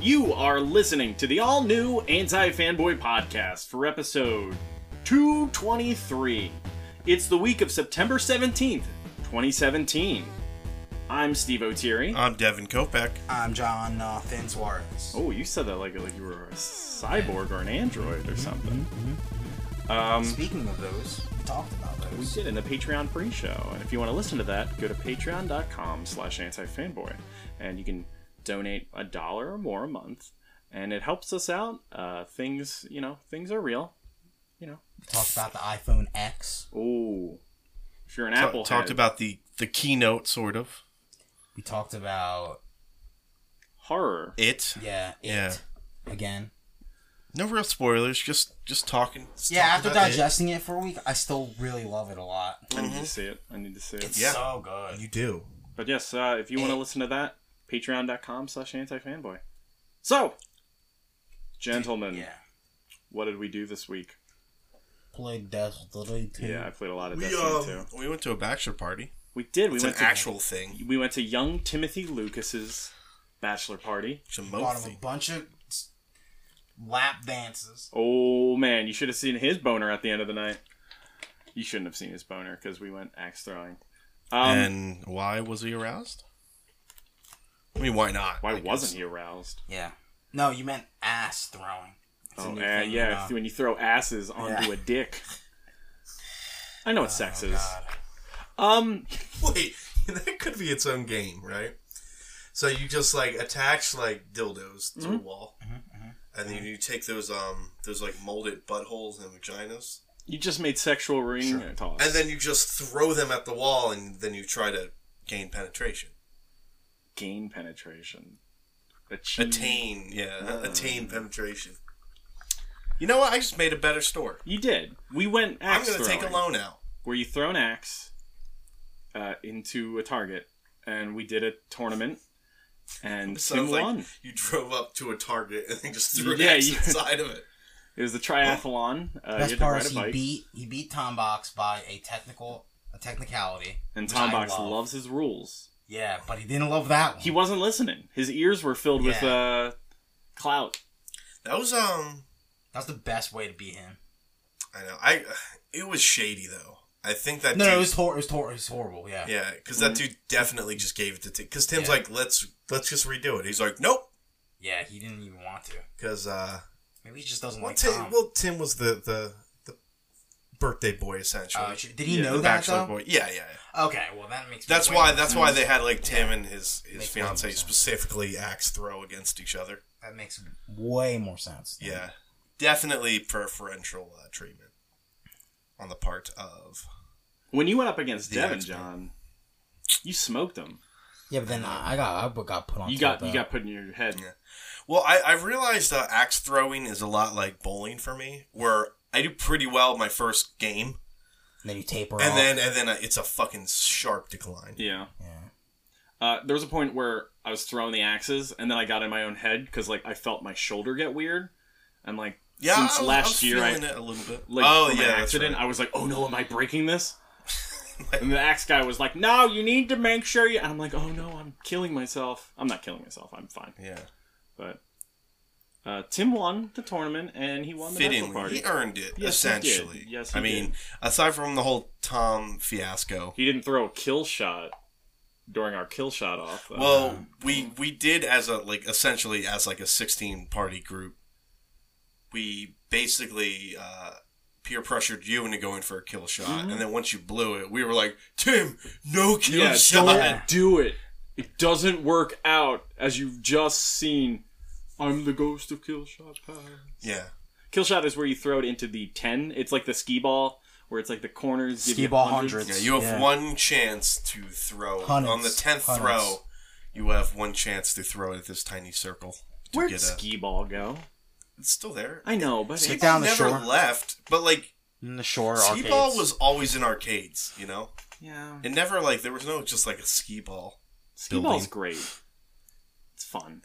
You are listening to the all new Anti Fanboy Podcast for episode 223. It's the week of September 17th, 2017. I'm Steve O'Teary. Uh, I'm Devin Kopeck. I'm John uh, Thin Suarez. Oh, you said that like, like you were a cyborg or an android or something. Um, Speaking of those, we talked about we those. did in the Patreon pre-show, and if you want to listen to that, go to patreon.com slash antifanboy, and you can donate a dollar or more a month, and it helps us out. Uh, things, you know, things are real, you know. We talked about the iPhone X. Ooh, if you're an Ta- Apple talked about the the keynote, sort of. We talked about horror. It. yeah, it Yeah. again. No real spoilers. Just just talking. just Yeah, talking after about it. digesting it for a week, I still really love it a lot. I need to see it. I need to see it. Mm-hmm. It's Yeah. so good. You do. But yes, uh, if you want to listen to that, patreon.com slash antifanboy. So, gentlemen, Yeah. what did we do this week? Played Death Literally too. Yeah, I played a lot of We, Destiny um, too. We went to a bachelor party. We did. We It's an went to actual thing. we went to young Timothy Lucas's bachelor party. It's a Bought moat him a thing. bunch of s- lap dances. Oh man, you should have seen his boner at the end of the night. You shouldn't have seen his boner because we went axe throwing. Um, and why was he aroused? I mean, why not? why I guess. wasn't he aroused? Yeah. No, you meant ass throwing. It's a Oh, new uh, thing, yeah, uh, when you throw asses onto Yeah. a dick. I Oh, know what sex is. God. Um, Wait, that could be its own game, right? So you just like attach like dildos Mm-hmm. to a wall, Mm-hmm, and then you take those um those like molded buttholes and vaginas, you just made sexual ring toss. and then you just throw them at the wall, and then you try to gain penetration, gain penetration. Achieve- attain, yeah, Hmm. attain penetration. You know what? I just made a better store. You did. We went I'm axe gonna throwing. take a loan out. where you throw an axe uh, into a target, and we did a tournament, and It Tim sounds like won. you drove up to a target and then just threw Yeah, it you- inside of it. It was the triathlon. Uh, you Best had to part ride is a he bike, beat he beat Tom Box by a technical a technicality. and which Tom I Box love. loves his rules. Yeah, but he didn't love that one. He wasn't listening. His ears were filled with Uh-huh. Yeah. uh, clout. That was um That's the best way to beat him. I know. I it was shady though. I think that No, dude, no, it was, hor- it was, hor- it was horrible. Yeah. yeah, because Mm. that dude definitely just gave it to Tim. Because Tim's Yeah. like, let's let's just redo it. He's like, nope. yeah, he didn't even want to. Because uh, Maybe he just doesn't well, like Tim, Tom. well, Tim was the the the birthday boy essentially. Uh, sh- did he Yeah, know the that Bachelor though? boy. Yeah, yeah. yeah. Okay, well that makes. that's way why. more That's sense. why they had like Tim and his his Makes fiance more sense. specifically axe throw against each other. that makes way more sense. Yeah, definitely preferential uh, treatment on the part of. When you went up against The Devin, expert. John, you smoked him. Yeah, but then I I got I got put on. You to got it, you though. got put in your head. Yeah. Well, I, I realized uh, axe throwing is a lot like bowling for me, where I do pretty well my first game, And then you taper and off. then and then uh, it's a fucking sharp decline. Yeah. Yeah. Uh, there was a point where I was throwing the axes, and then I got in my own head because like I felt my shoulder get weird, and like Yeah, since I was- I last was year I feeling it a little bit. like oh from yeah, an that's accident, right. I was like, "Oh no, am I breaking this?" and the axe guy was like, "No, you need to make sure you." And I'm like, "Oh no, I'm killing myself. I'm not killing myself. I'm fine." yeah, But uh, Tim won the tournament and he won the bachelor fittingly, party. he earned it Yes, he did. essentially. Yes, he I mean, did. aside from the whole Tom fiasco. He didn't throw a kill shot during our kill shot off. though. Well, we we did as a like essentially as like a sixteen party group. We basically uh, peer pressured you into going for a kill shot, and then once you blew it, we were like, "Tim, no Mm-hmm. kill yeah, shot." don't do it. It doesn't work out, as you've just seen. I'm the ghost of kill shot power. Yeah, Kill shot is where you throw it into the ten. It's like the skee ball, where it's like the corners. give Skee you ball hundreds. yeah. hundreds. You have Yeah. one chance to throw Hundreds, on the tenth hundreds. throw. You have one chance to throw it at this tiny circle. To Where'd get a, skee ball go? it's still there. I know, but Skee it's- ball- down the never shore. left, but like in the shore. skee ball arcades. was always in arcades. You know, yeah, it never like there was no just like a skee ball. skee ball's building. great. It's fun.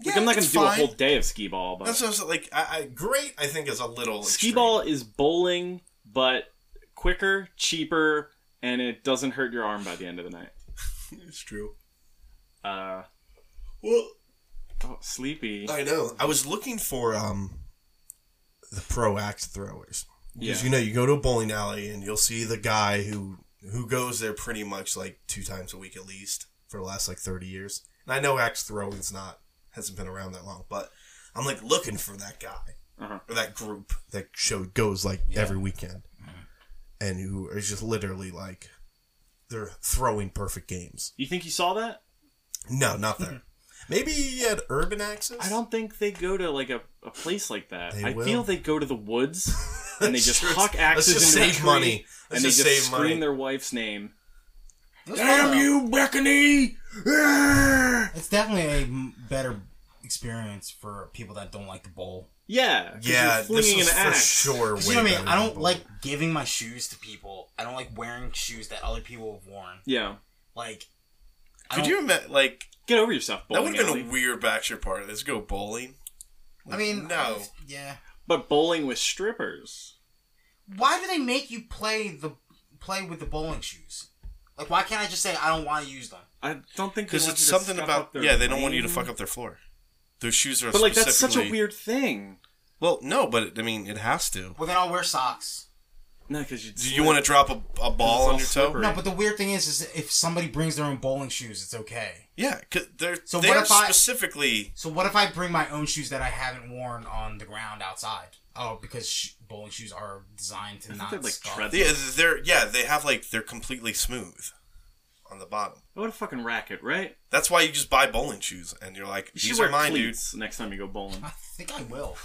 Yeah, like, I'm not gonna it's do a fine. whole day of skee ball, but That's what I was like. I, I great. I think is a little skee extreme. ball is bowling, but quicker, cheaper, and it doesn't hurt your arm by the end of the night. It's true. Uh, Well, Oh, sleepy. I know. I was looking for um, the pro axe throwers because Yeah. you know you go to a bowling alley and you'll see the guy who who goes there pretty much like two times a week at least for the last like thirty years. And I know axe throwing's not hasn't been around that long, but I'm like looking for that guy Uh-huh. or that group that show goes like every weekend Mm-hmm. and who is just literally like they're throwing perfect games. You think you saw that? No, not there. Mm-hmm. Maybe he had urban access. I don't think they go to like a, a place like that. They I will. feel they go to the woods and they just Sure, huck let's axes just into a save tree, money. Let's and they just just save scream money. their wife's name. Let's find Damn out. you, Beckony! It's definitely a m- better experience for people that don't like the bowl. Yeah, 'cause Yeah, you're flinging this is an for axe. sure. Way You know what I mean? better I don't than like bowling. giving my shoes to people. I don't like wearing shoes that other people have worn. Yeah, Like, I Could don't- you imagine? Like get over yourself, that bowling would have alley. been a weird bachelor party. Let's go bowling. I mean, no. yeah. But bowling with strippers. Why do they make you play the play with the bowling shoes? Like, why can't I just say I don't want to use them? I don't think they Because want it's you to something scuff about up their yeah, they don't want you to lane. fuck up their floor. Those shoes are But like that's such a specifically- weird thing. Well, no, but it, I mean it has to. Well, then I'll wear socks. No, because you. Do you want to drop a, a ball all on your toe? slippery. No, but the weird thing is, is if somebody brings their own bowling shoes, it's okay. Yeah, because they're So they're what if I- specifically So what if I bring my own shoes that I haven't worn on the ground outside? Oh, because sh- bowling shoes are designed I to think not they're, like, scuff. tread- yeah they're yeah they have like they're completely smooth on the bottom. What a fucking racket, right? That's why you just buy bowling shoes and you're like You these should wear are mine, dude. cleats next time you go bowling. I think I will.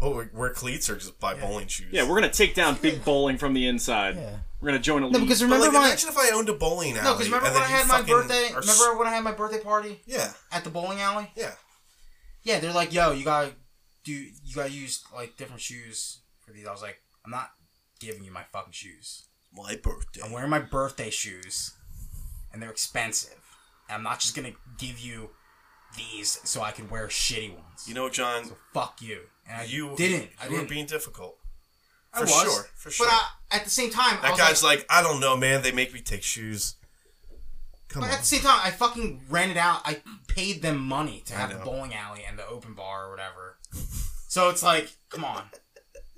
Oh, we- wear cleats or just buy bowling shoes. Yeah, we're gonna take down big bowling from the inside. Yeah. We're gonna join a league. No, because But remember like, my imagine if I owned a bowling alley. no, because remember and when I then you had my fucking birthday. are s- Remember when I had my birthday party Yeah, at the bowling alley? yeah. Yeah, they're like, yo, you gotta do, you gotta use like different shoes for these. I was like, I'm not giving you my fucking shoes. My birthday. I'm wearing my birthday shoes, and they're expensive. And I'm not just gonna give you these so I can wear shitty ones. You know, John, so fuck you. And I you didn't. I You didn't. were being difficult. I for was, sure, for sure. But I, at the same time, I That was guy's like, like, I don't know, man. They make me take shoes. Come but on. at the same time, I fucking rented out. I paid them money to have the know. bowling alley and the open bar or whatever. so it's like, come on,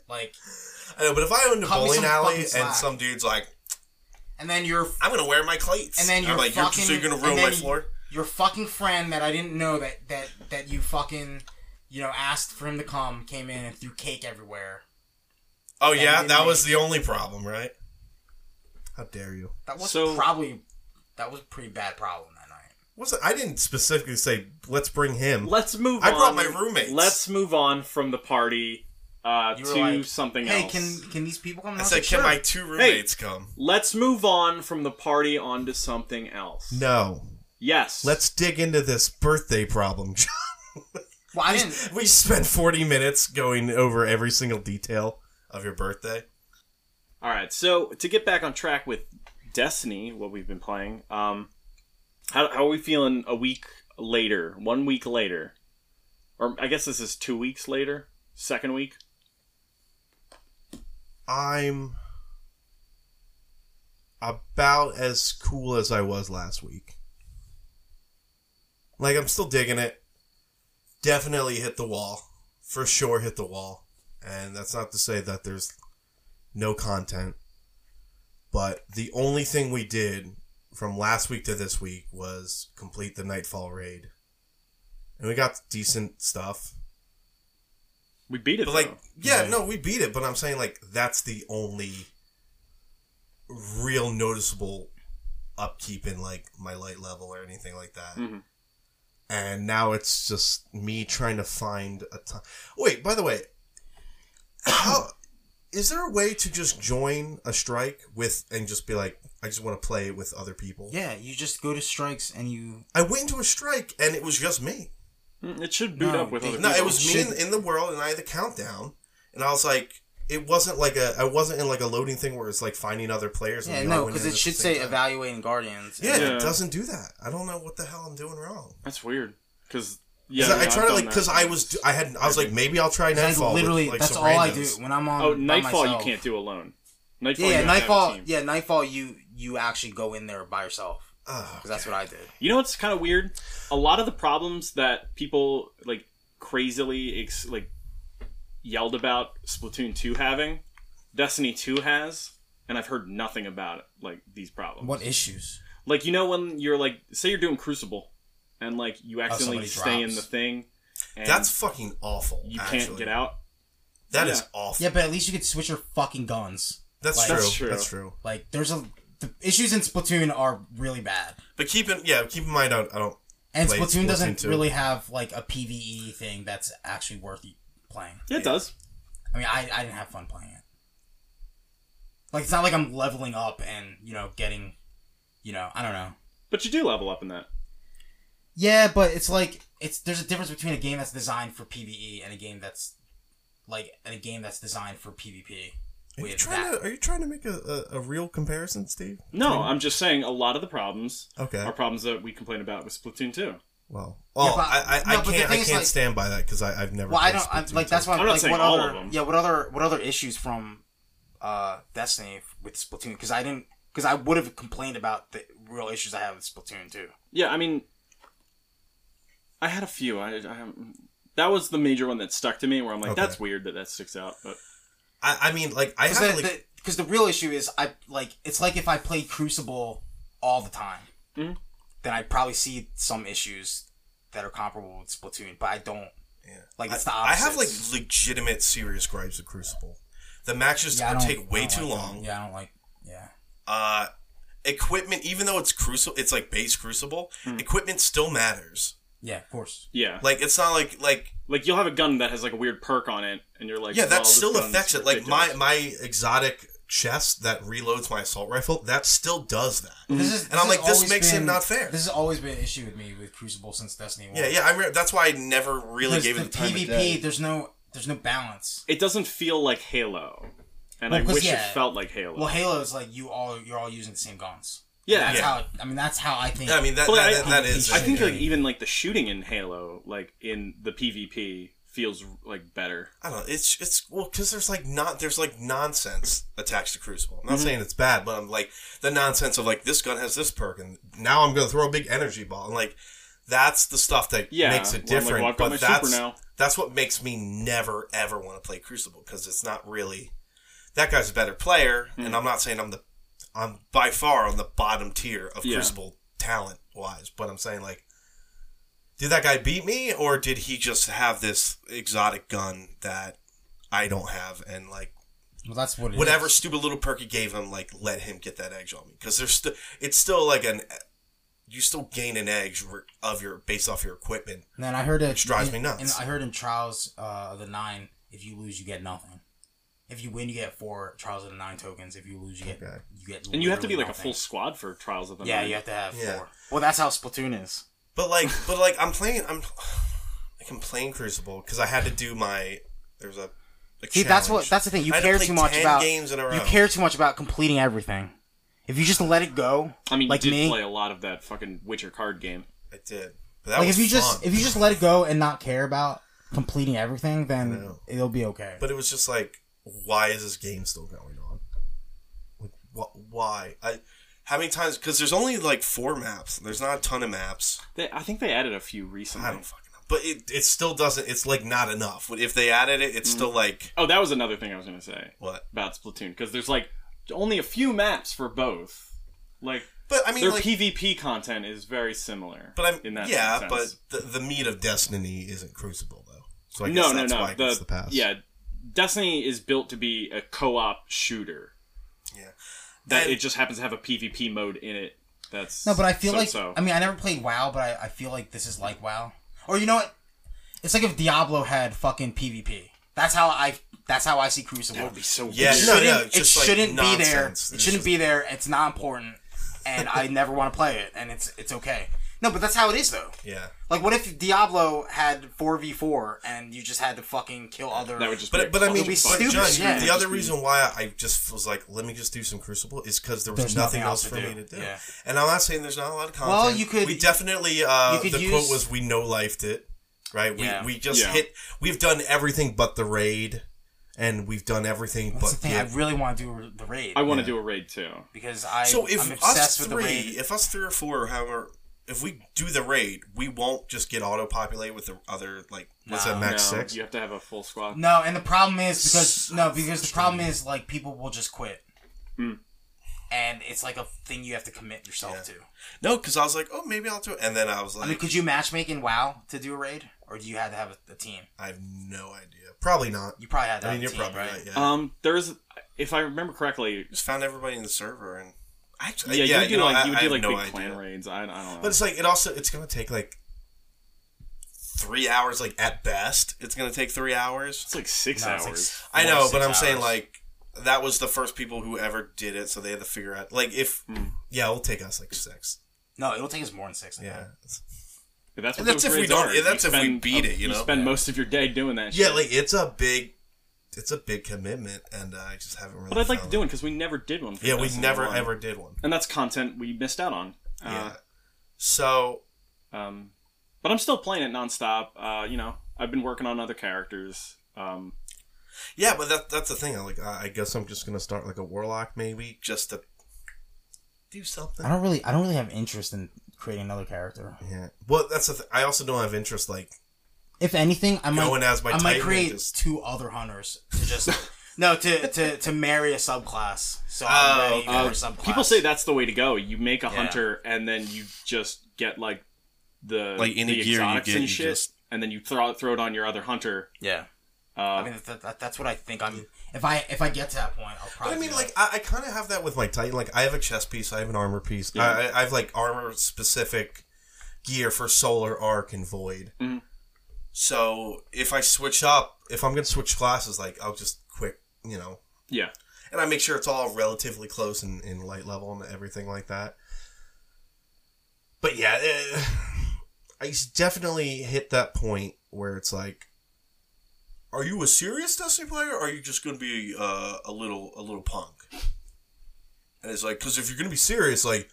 like, I know, but if I owned a Cut me bowling some alley fucking and slack. some dude's like, and then you're I'm gonna wear my cleats, And then I'm you're like, fucking. so you're gonna and ruin my then floor? Your fucking friend that I didn't know that that that you fucking you know asked for him to come came in and threw cake everywhere. Oh Yeah, yeah, you that didn't was the only problem, right? How dare you? That was So- probably that was a pretty bad problem that night. Was it? I didn't specifically say let's bring him. Let's move. I on. brought my roommates. Let's move on from the party uh, You were to like, something Hey, else. can can these people come? And I was said, like, can "Sure." my two roommates come? Let's move on from the party onto something else. No. Yes. Let's dig into this birthday problem. John. Well, I didn't. we spent 40 minutes going over every single detail of your birthday. All right. So to get back on track with Destiny, what we've been playing, um, how, how are we feeling a week later? One week later, or I guess this is two weeks later. Second week. I'm about as cool as I was last week. Like I'm still digging it. Definitely hit the wall. For sure hit the wall. And that's not to say that there's no content. But the only thing we did from last week to this week was complete the Nightfall raid. And we got decent stuff. We beat it. But like, though. yeah, Yeah. no, we beat it. But I'm saying like that's the only real noticeable upkeep in like my light level or anything like that. Mhm. And now it's just me trying to find a time. Wait, by the way, how is there a way to just join a strike with and just be like, I just want to play with other people? Yeah, you just go to strikes and you. I went into a strike and it was just me. Mm, it should boot No, up with they- other No, people. it was me Should- in, in the world, and I had the countdown, and I was like, it wasn't like a, I wasn't in like a loading thing where it's like finding other players. Yeah, we all no, went because in it at the should same say time. evaluating guardians. Yeah, Yeah. it doesn't do that. I don't know what the hell I'm doing wrong. That's weird. Because 'Cause yeah, I, yeah, I try I've to done like that. because I was I had I was like maybe I'll try That's Nightfall. with, literally like, that's some all I do randos. when I'm on. Oh, by Nightfall myself. you can't do alone. Nightfall, Yeah, you have yeah to have a Nightfall. team. Yeah, Nightfall. You you actually go in there by yourself. because that's what I did. You know what's kind of weird? A lot of the problems that people like crazily ex- like yelled about Splatoon 2 having, Destiny 2 has, and I've heard nothing about it, like these problems. What issues? Like you know when you're like say you're doing Crucible and like you accidentally somebody stay in the drops. thing and That's fucking awful. you can't actually. get out. That Yeah. is awful. Yeah, but at least you could switch your fucking guns. That's, Like- true. That's true. That's true. Like, there's a the issues in Splatoon are really bad, But keep in yeah, keep in mind I don't, I don't and Played Splatoon, Splatoon doesn't 2. really have like a PVE thing that's actually worth playing. Yeah, it does. I mean, I, I didn't have fun playing it. Like, it's not like I'm leveling up and you know getting, you know, I don't know. But you do level up in that. Yeah, but it's like it's there's a difference between a game that's designed for PVE and a game that's like and a game that's designed for PvP. Are you With trying that, to are you trying to make a, a, a real comparison, Steve? No, I'm just saying a lot of the problems Okay. are problems that we complain about with Splatoon 2. Well, Yeah, oh, but- I I, no, I but the can't I thing is, can't like- stand by that because I I've never. well, played I don't. I'm, Splatoon like that's why. I'm not like, saying what all other, of them. Yeah, what other what other issues from uh, Destiny with Splatoon? Because I didn't. Because I would have complained about the real issues I have with Splatoon too. Yeah, I mean, I had a few. I, I that was the major one that stuck to me, where I'm like, Okay. that's weird that that sticks out. But I, I mean, like I have Because like, the, because the real issue is I like it's like if I play Crucible all the time, Mm-hmm. Mhm. then I probably see some issues that are comparable with Splatoon, but I don't. Yeah. Like it's the I opposite. have like legitimate serious gripes with Crucible. The matches I don't- take I way don't too like them. long. Yeah, I don't like. Yeah, Uh, equipment, even though it's Crucible, it's like base Crucible. Hmm. Equipment still matters. yeah, of course. yeah, like, Like it's not like like you'll have a gun that has like a weird perk on it, and you're like, yeah, well, that this still gun's affects it. Like my ridiculous. my exotic chest that reloads my assault rifle that still does that. This is, Mm-hmm. And I'm has like, this always makes it been- not fair. This has always been an issue with me with Crucible since Destiny One. Yeah, yeah. I remember, that's why I never really Because gave the it the time of PvP, day. there's no, there's no balance. it doesn't feel like Halo, and Well, I 'cause, wish yeah. it felt like Halo. Well, Halo is like you all, you're all using the same guns. yeah, That's yeah. how. I mean, that's how I think. Yeah, I mean that Well, that, I- that, that is. I think I like even like the shooting in Halo, like in the PvP, feels like better. don't know. It's it's well because there's like not there's like nonsense attached to Crucible. Mhm. I'm not saying it's bad, but I'm like the nonsense of like this gun has this perk, and now I'm gonna throw a big energy ball, and like that's the stuff that Yeah, makes well, I'm like, it different. well, I've got my but super that's now. that's what makes me never ever want to play Crucible because it's not really that guy's a better player, and I'm not saying I'm the I'm by far on the bottom tier of Yeah. Crucible talent wise, but I'm saying like, did that guy beat me, or did he just have this exotic gun that I don't have, and like well, that's what. it is. whatever stupid little perk he gave him, like let him get that edge on me because there's still it's still like an you still gain an edge re- of your based off your equipment. And then I heard it drives me in- nuts. And I heard in Trials uh, of the Nine, if you lose, you get nothing. If you win, you get four Trials of the Nine tokens. If you lose, you get Okay. you get. And you have to be literally like a nothing. full squad for Trials of the Yeah, Nine. you have to have Yeah. four. Well, that's how Splatoon is. But like, but like, I'm playing. I'm like, I'm playing Crucible because I had to do my. There's a. a See, that's what challenge. that's the thing. You I had to care play too much 10 about games in a row. you care too much about completing everything. If you just let it go, I mean, like you did me, play a lot of that fucking Witcher card game. I did. But that like was if you fun. just if you just let it go and not care about completing everything, then know. it'll be okay. But it was just like, why is this game still going on? Like, wh- why? I. How many times? Because there's only like four maps. There's not a ton of maps. They, I think they added a few recently. I don't fucking know. But it, it still doesn't. It's like not enough. If they added it, it's still like Oh, that was another thing I was gonna say what? about Splatoon because there's like only a few maps for both. Like But I mean, their like, PvP content is very similar. but I'm in that yeah. sense. But the, the meat of Destiny isn't Crucible though. So I guess no, no, that's why no. it The, gets the pass. yeah, Destiny is built to be a co-op shooter. Yeah. That And- it just happens to have a PvP mode in it. That's No, but I feel like so-so. I mean I never played WoW, but I, I feel like this is like WoW. Or you know what? It's like if Diablo had fucking PvP. That's how I that's how I see Crucible. that would be so Yeah, weird. no, It yeah, shouldn't- it just, like, shouldn't be there. It nonsense. It's shouldn't be there. It's not important, and I never want to play it. And it's it's okay. No, but that's how it is though. Yeah. Like, what if Diablo had four v four and you just had to fucking kill other? That would just be But, but I mean, fucking but fun. stupid, John, yeah. the Just other be- reason why I just was like, let me just do some Crucible is because there was There's nothing, nothing else else for to me do. to do. Yeah. And I'm not saying there's not a lot of content. Well, you could- We definitely. Uh, you could the use- quote was, "We no lifed it." Right. Yeah. We we just Yeah. hit. We've done everything but the raid, and we've done everything That's the but thing. give. I really want to do the raid I want to do a raid too. because I So if I'm us obsessed with the three, raid. if us three or four, or however, if we do the raid, we won't just get auto populate with the other like What's that, max no, six? You have to have a full squad. No, and the problem is because no, because the problem is like people will just quit. Hmm. And it's like a thing you have to commit yourself to. No, because I was like, oh, maybe I'll do it, and then I was I mean, like, could you matchmake in WoW to do a raid, or do you have to have a, a team? I have no idea. Probably not. You probably had to. I have mean, a you're team, probably right? right. Yeah. Um, there's, if I remember correctly, Just found everybody in the server, and actually, yeah, Uh, yeah, you do know, like I- I you would do have like no big idea. clan raids. I, I don't know. But it's like it also it's gonna take like Three hours, like at best, it's gonna take three hours. it's like six No, hours. it's like s- I four to know, six but I'm saying hours. like that was the first people who ever did it, so they had to figure out like if yeah, it'll take us like six. no, it will take us more than six. Yeah. Yeah, But that's what And that's those if we raids don't- are. yeah, that's You if we spend beat a- it, you know? You spend most of your day doing that. Yeah, shit. like it's a big it's a big commitment and uh, I just haven't really but I'd like um, to found do it. one because we never did one. For Yeah, we Destiny never 1. ever did one. And that's content we missed out on. Uh, So Um, but I'm still playing it nonstop. Uh, you know, I've been working on other characters. Um, yeah, but that that's the thing. I like I I guess I'm just gonna start like a warlock maybe just to do something. I don't really, I don't really have interest in creating another character. Yeah. Well, that's the th- I also don't have interest like If anything, I might, Going as my I might Titan create and just- two other hunters to just no to, to to marry a subclass. So Oh, I'm ready for uh, a subclass. people say that's the way to go. You make a Yeah. hunter, and then you just get like the Like, any the gear you exotics get, and you shit, just- and then you throw throw it on your other hunter. Yeah, Uh, I mean that, that, that's what I think. I'm if I if I get to that point, I'll But probably. I mean, do like that. I, I kind of have that with my Titan. Like I have a chest piece, I have an armor piece, I, I, I have like armor specific gear for Solar Arc and Void. Mhm. So if I switch up, if I'm gonna switch classes, like I'll just quick, you know, yeah, and I make sure it's all relatively close in, in light level and everything like that. But yeah, eh, I s- definitely hit that point where it's like, Are you a serious Destiny player? Or are you just going to be uh, a little a little punk? And it's like because if you're going to be serious, like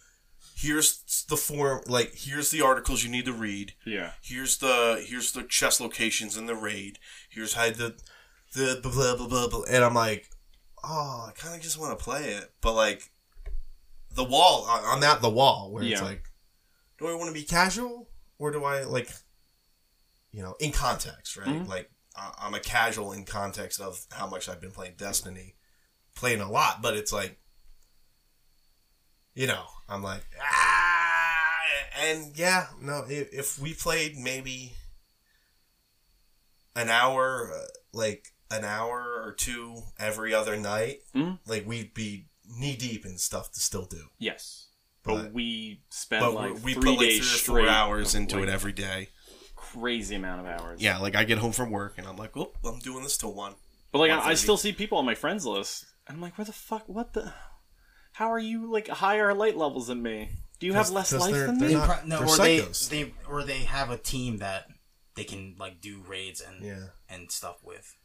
here's the form, like here's the articles you need to read. yeah. Here's the here's the chest locations in the raid. Here's how the the blah blah blah blah. blah. And I'm like, oh, I kind of just want to play it, but like the wall, I- I'm at the wall where it's Yeah. like, do I want to be casual or do I like, you know, in context, right? Mhm. Like I- I'm a casual in context of how much I've been playing Destiny, playing a lot, but it's like, you know, I'm like, ah, and yeah, no, if, if we played maybe an hour, uh, like an hour or two every other night, Mhm. like we'd be knee deep in stuff to still do. Yes. But, But- we spend but like we three put like three days or straight, four hours of, into like, it every day. crazy amount of hours. Yeah, like I get home from work and I'm like, "Oh, well, I'm doing this till one. But like, I, I 130. still see people on my friends list. and I'm like, where the fuck? What the? How are you like higher light levels than me? Do you have 'Cause- less 'cause life they're- than they're me? They not- pro- no, they're or psychos. they they or they have a team that they can like do raids and Yeah. and stuff with.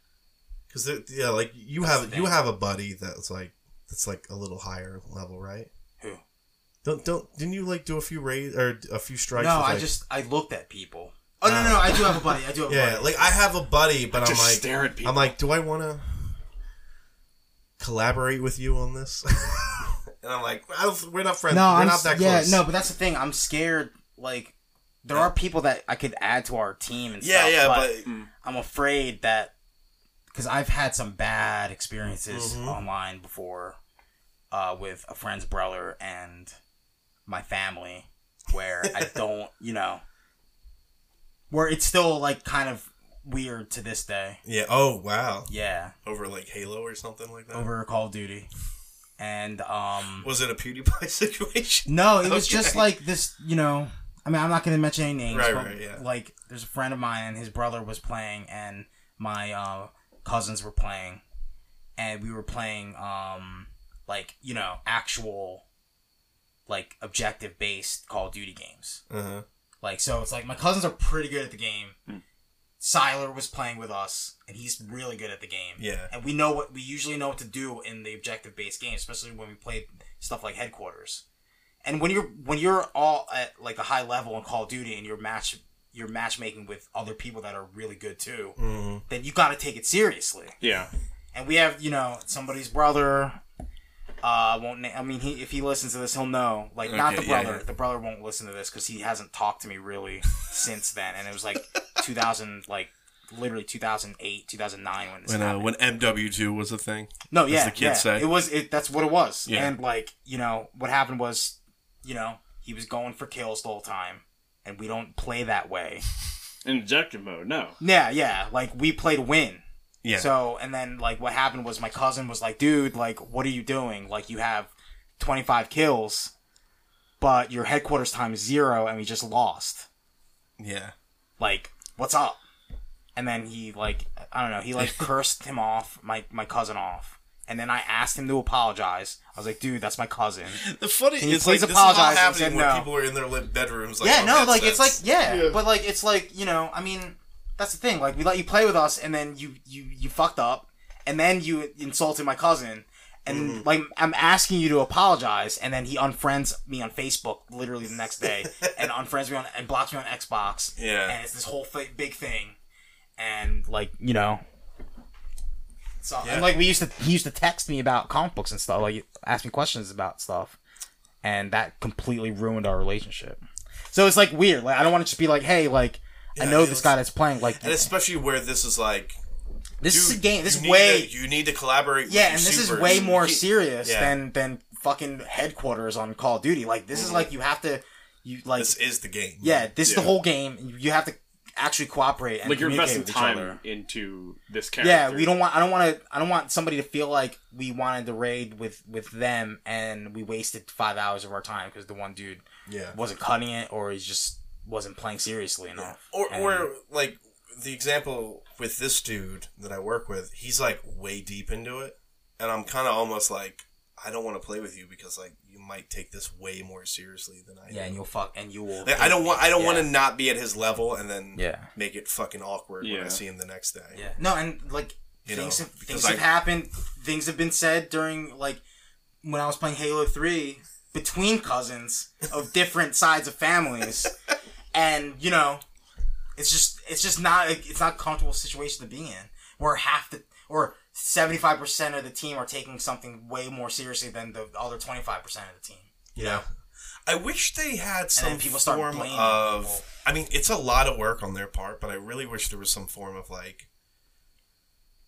Because yeah, like you That's have the you thing. have a buddy that's like that's like a little higher level, right? Who? Don't don't didn't you like do a few raids or a few strikes? no, with, I like- Ah. just I looked at people. Oh no, no, no, I do have a buddy. I do have a yeah, buddy. like I have a buddy, but I'm Just like stare at people. I'm like, do I want to collaborate with you on this? and I'm like, I don't, we're not friends. no, we're I'm not s- that yeah, close. no, but that's the thing. I'm scared. Like there are people that I could add to our team and Yeah, stuff. yeah, but, mm. but I'm afraid that because I've had some bad experiences online before uh, with a friend's brother and my family, where I don't, you know, where it's still like kind of weird to this day. yeah. Oh wow. Yeah, Over like Halo or something like that. over Call of Duty, and um, Was it a PewDiePie situation? No, it was just like this, you know. I mean, I'm not going to mention any names, Right, but right, yeah. like, there's a friend of mine and his brother was playing, and my uh, cousins were playing, and we were playing, um, like you know, actual, like objective based Call of Duty games. Uh-huh. Like, so it's like my cousins are pretty good at the game. Siler was playing with us, and he's really good at the game. Yeah. and we know what we usually know what to do in the objective based game, especially when we play stuff like headquarters. And when you're when you're all at like a high level in Call of Duty and you're match you're Mm-hmm. matchmaking with other people that are really good too, then you got to take it seriously. Yeah. And and we have you know somebody's brother. Uh, won't na- I mean he if he listens to this he'll know like not the Okay, yeah, brother yeah. the brother won't listen to this because he hasn't talked to me really since then and it was like 2000 like literally 2008 2009 when this When uh, happened when MW2 was a thing. no as yeah the kids yeah say. it was it that's what it was Yeah. and like you know what happened was you know he was going for kills the whole time and we don't play that way In objective mode, no. yeah yeah like we play to win Yeah. So, and then like what happened was my cousin was like, "Dude, like what are you doing? Like you have 25 kills, but your headquarters time is 0 and we just lost. yeah. Like what's up?" And then he like I don't know, he like cursed him off, my my cousin off. And then I asked him to apologize. I was like, "Dude, that's my cousin." The funny Can you is like please this is all apologize and happening say when no? people are in their lit bedrooms. Like, yeah, oh, no, that's- like it's like that's- yeah, but like it's like you know, I mean, that's the thing. Like we let you play with us, and then you you you fucked up, and then you insulted my cousin, and Mm-hmm. like I'm asking you to apologize, and then he unfriends me on Facebook literally the next day, and unfriends me on and blocks me on Xbox, Yeah. and it's this whole thi- big thing, and like you know. So, And like we used to, he used to text me about comic books and stuff, like ask me questions about stuff, and that completely ruined our relationship. So it's like weird. Like I don't want to just be like, hey, like I it know this was- guy that's playing. Like and especially where this is like this is a dude, game. This you is need way to- you need to collaborate. with yeah, your and this is supers. way more You- serious yeah. than than fucking headquarters on Call of Duty. Like this is like you have to you like This is the game. yeah, this is the Yeah. whole game. You have to actually cooperate and Like you're communicate investing with each other. time into this character. Yeah, we don't want. I don't want to. I don't want somebody to feel like we wanted to raid with with them and we wasted five hours of our time because the one dude Yeah. wasn't cutting it or he just wasn't playing seriously enough. Or, And- or like the example with this dude that I work with, he's like way deep into it, and I'm kind of almost like I don't want to play with you because like you might take this way more seriously than I. yeah, and do. you'll fuck and you will. Like, I don't want I don't Yeah. want to not be at his level and then Yeah. make it fucking awkward when I Yeah. see him the next day. Yeah. No, and like You things know, have, because things have I- happened. Things have been said during like when I was playing Halo Three between cousins of different sides of families, and you know, it's just it's just not it's not a comfortable situation to be in where half the or seventy five percent of the team are taking something way more seriously than the other twenty five percent of the team. You know, I wish they had some people start form blaming of. people. I mean, it's a lot of work on their part, but I really wish there was some form of like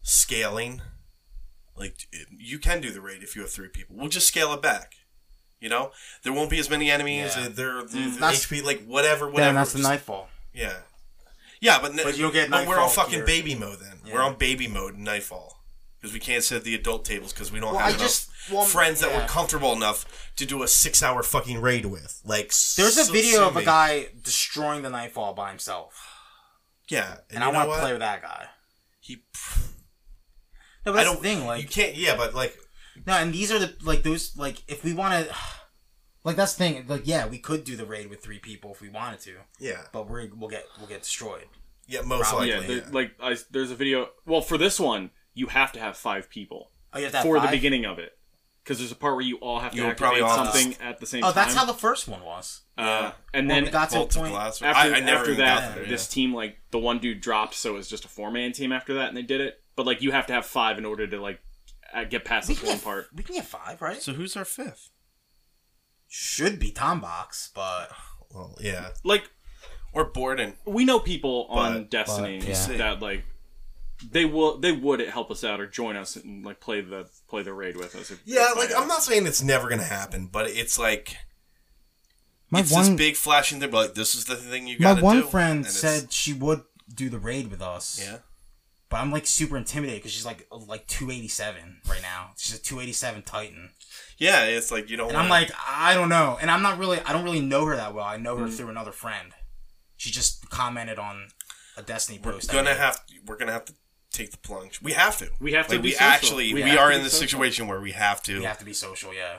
scaling. Like you can do the raid if you have three people. We'll just scale it back. You know, there won't be as many enemies. Yeah. uh, There, the, the Mm, that's- HP, like whatever, whatever. then that's the just- nightfall. Yeah, yeah, but, n- But you don't get But we're on Nightfall fucking here. baby mode then. Yeah. We're on baby mode in nightfall because we can't sit at the adult tables because we don't Well, have I enough just- well, friends that yeah. were comfortable enough to do a six-hour fucking raid with. Like, There's a so- video sue of a me. guy destroying the nightfall by himself, Yeah, you and I know want what? to play with that guy. He, No, but I that's don't. the thing. Like you can't. Yeah, but like, No, and these are the like those like if we want to, like that's the thing. Like yeah, we could do the raid with three people if we wanted to, yeah, but we're we'll get we'll get destroyed. yeah, most Probably, Yeah, likely. there- Yeah, like I, there's a video. Well, for this one, you have to have five people Oh, you have to have for the five? beginning of it, because there's a part where you all have to You were activate probably all- something at the same Oh, time. that's how the first one was. Uh, and When then we got to the Vault of point. Glass. after, I, I never after even that, got there, this team like the one dude dropped, so it was just a four man team after that, and they did it. But like you have to have five in order to like uh, get past We this can one get- part. We can get five, right? So who's our fifth? Should be Tombox, but yeah. Well, yeah, Like or Borden. we know people on But- Destiny but, yeah. that like they will they would help us out or join us and like play the play the raid with us. if- Yeah, if I like had- I'm not saying it's never gonna happen, but it's like my it's this big flashing thing. But like, this is the thing you my got to do. one friend and it's- said she would do the raid with us. yeah. but I'm like super intimidated because she's like like 287 right now. She's a 287 Titan. Yeah, it's like you don't. And I'm wanna- like, I don't know. And I'm not really, I don't really know her that well. I know her through another friend. She just commented on a Destiny we're post. I gonna made. have we're gonna have to take the plunge. We have to. We have to Like, be we social. actually We we, have are to in be this social. situation where we have to, You have to be social, yeah.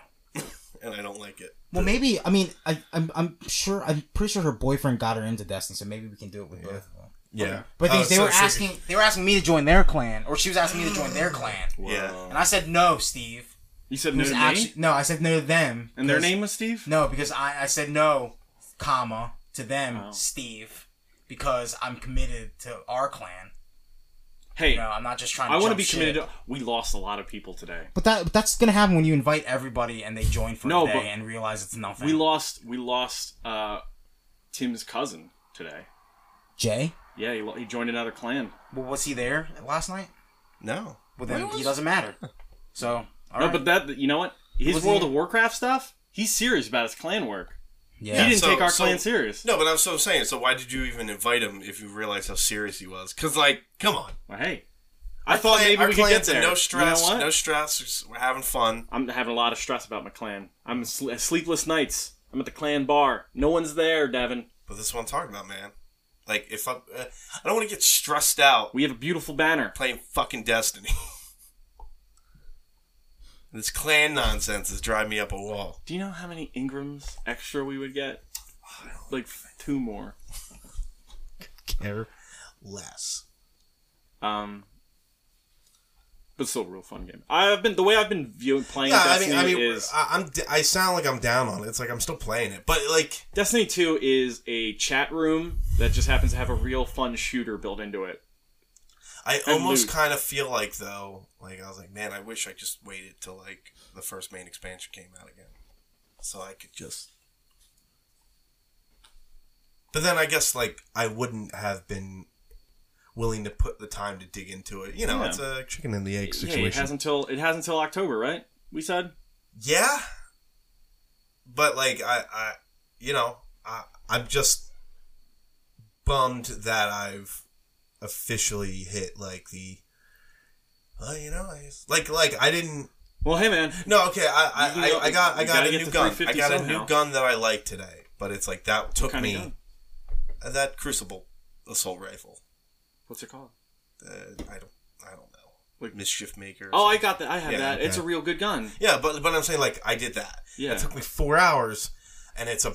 and I don't like it. Well, maybe, I mean, I, I'm, I'm sure, I'm pretty sure her boyfriend got her into Destiny, so maybe we can do it with both of them. Yeah, But they, they were asking, they were asking me to join their clan, or she was asking me to join their clan, Yeah. and I said no, Steve. You said no Who's to me? actually no? I said no to them. and their because- name was Steve. No, because I, I said no, comma, to them, Oh. Steve, because I'm committed to our clan. Hey, You know, I'm not just trying. to I want to jump be committed. ship. To, we lost a lot of people today. But that but that's gonna happen when you invite everybody and they join for No, a day but- and realize it's nothing. We lost. We lost uh, Tim's cousin today. Jay. Yeah, he, lo- he joined another clan. Well, was he there last night? No. Well, then he doesn't matter. So all no, right. but that you know what? His Was he- World of Warcraft stuff. He's serious about his clan work. yeah, he didn't so- take our so- clan serious. No, but I'm so saying. So why did you even invite him if you realized how serious he was? Because like, come on. Well, hey, I thought Plan- maybe our we could get plan's there. No stress. You know what? No stress. we're just- We're having fun. I'm having a lot of stress about my clan. I'm sl- sleepless nights. I'm at the clan bar. No one's there, Devin. But this is what I'm talking about, man. Like, if I'm, uh, I don't want to get stressed out We have a beautiful banner. playing fucking Destiny. this clan nonsense is driving me up a wall. Do you know how many Ingrams extra we would get? Like f- two more. Care less. Um, but still, a real fun game. I've been the way I've been viewing playing Yeah, I mean, Destiny I mean, is I, I'm. d- I sound like I'm down on it. It's like I'm still playing it, but like, Destiny Two is a chat room that just happens to have a real fun shooter built into it. I almost loot. kind of feel like though, like I was like, man, I wish I just waited till like The first main expansion came out again, so I could just. But then I guess like I wouldn't have been willing to put the time to dig into it. You know, Yeah. it's a chicken and the egg Hey, it has situation. until it has until October, right? We said Yeah, but like I, I, you know, I, I'm just bummed that I've officially hit like the. Well, you know, I just, like like I didn't. Well, hey man, No, okay, I You I, know, I, I got I you got gotta a get new to gun. I 350 got a somehow. new gun that I like today, but it's like that took kind of me gun? that crucible assault rifle. What's it called? uh, I don't I don't know Like- mischief maker. or Oh, I something. got that. I have Yeah, that. It's a okay. real good gun. yeah, but but I'm saying like I did that. Yeah. it took me four hours, and it's a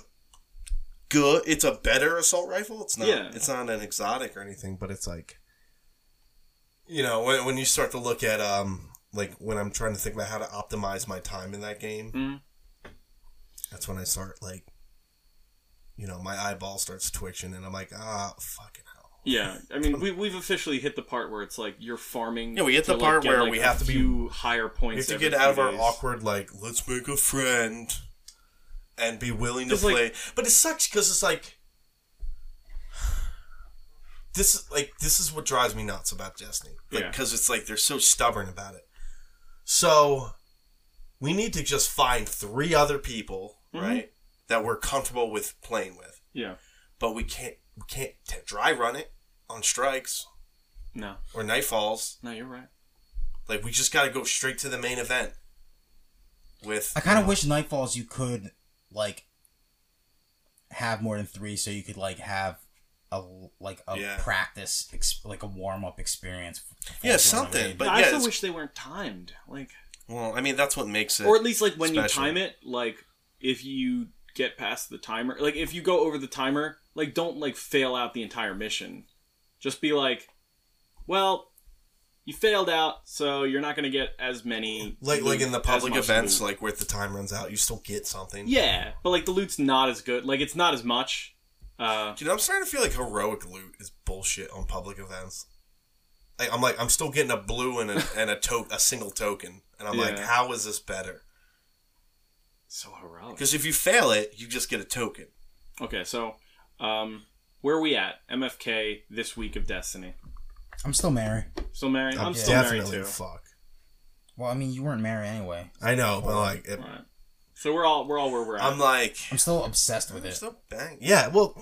good. It's a better assault rifle. It's not. Yeah. It's not an exotic or anything, but it's like, you know, when when you start to look at um like when I'm trying to think about how to optimize my time in that game, Mhm. that's when I start like, you know, my eyeball starts twitching, and I'm like, ah, fucking hell. Yeah, I mean, we we've officially hit the part where it's like you're farming. Yeah, we hit to, the part get, where we a have to be- few higher We have points. to every get out of few our days. awkward, like, let's make a friend and be willing to 'Cause, like- play. but it sucks because it's like. This is like this is what drives me nuts about Destiny, Yeah. because it's like they're so stubborn about it. So, we need to just find three other people, Mm-hmm. right, that we're comfortable with playing with. Yeah, But we can't we can't t- dry run it on strikes no, or nightfalls. no, you're right. Like we just got to go straight to the main event. With uh, I kind of wish Nightfalls you could like have more than three, so you could like have a like a Yeah. practice, ex- like a warm up experience. Yeah, something, but I yeah, also it's- wish they weren't timed, like, well, I mean that's what makes it. or at least like when Special. you time it, like if you get past the timer, like if you go over the timer, like don't like fail out the entire mission. Just be like, well, you failed out, so you're not going to get as many like like in the as public much events, loot. like where if the time runs out, you still get something. yeah, but like the loot's not as good. Like it's not as much. Uh, dude, I'm starting to feel like heroic loot is bullshit on public events. Like I'm like I'm still getting a blue and a and a to- a single token, and I'm like, Yeah. how is this better? so heroic. Because if you fail it, you just get a token. Okay, so um, where are we at? MFK this week of Destiny. I'm still married. Still married? I'm, still married too. Fuck, Well, I mean, you weren't married anyway. I know, but like, it, Alright. So we're all we're all where we're at. I'm like, I'm still obsessed with I'm it. still bang. Yeah, well,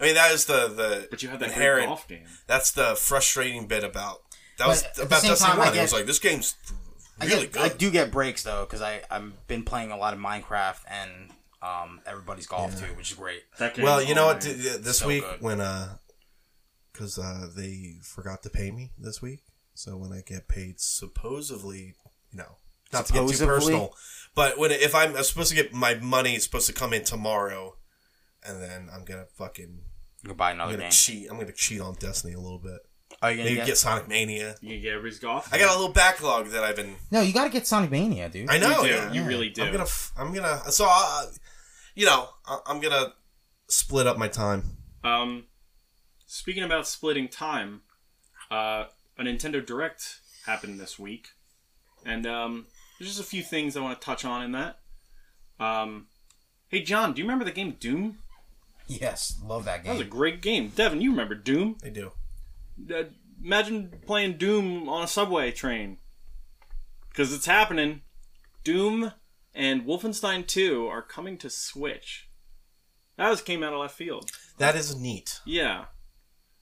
I mean that is the the Hmm. but you had that great inherent golf game. That's the frustrating bit about that But was at the about same Destiny time, I One. it was get- like this game's I, really get, good. I do get breaks though, because I I've been playing a lot of Minecraft and um everybody's golf too, which is great. That game. well, you know oh, what? man. d- d- This So week good. when uh, because uh, they forgot to pay me this week, so when I get paid, supposedly, you know, not to get too Supposedly? personal, but when if I'm, I'm supposed to get my money, it's supposed to come in tomorrow, and then I'm gonna fucking You can buy I'm another gonna game. cheat. I'm gonna cheat on Destiny a little bit. Are you gonna Maybe get- get Sonic Mania. You get everybody's golf. I got a little backlog that I've been. No, you gotta get Sonic Mania, dude. I know. You do. yeah. You really do. I'm gonna, f- I'm gonna. So, I, you know, I, I'm gonna split up my time. Um, speaking about splitting time, uh, a Nintendo Direct happened this week, and um, there's just a few things I want to touch on in that. Um, hey, John, do you remember the game Doom? Yes, love that That game. was a great game. Devin, you remember Doom? They do. Uh, imagine playing Doom on a subway train. Because it's happening. Doom and Wolfenstein 2 are coming to Switch. That was came out of left field. That is neat. Yeah.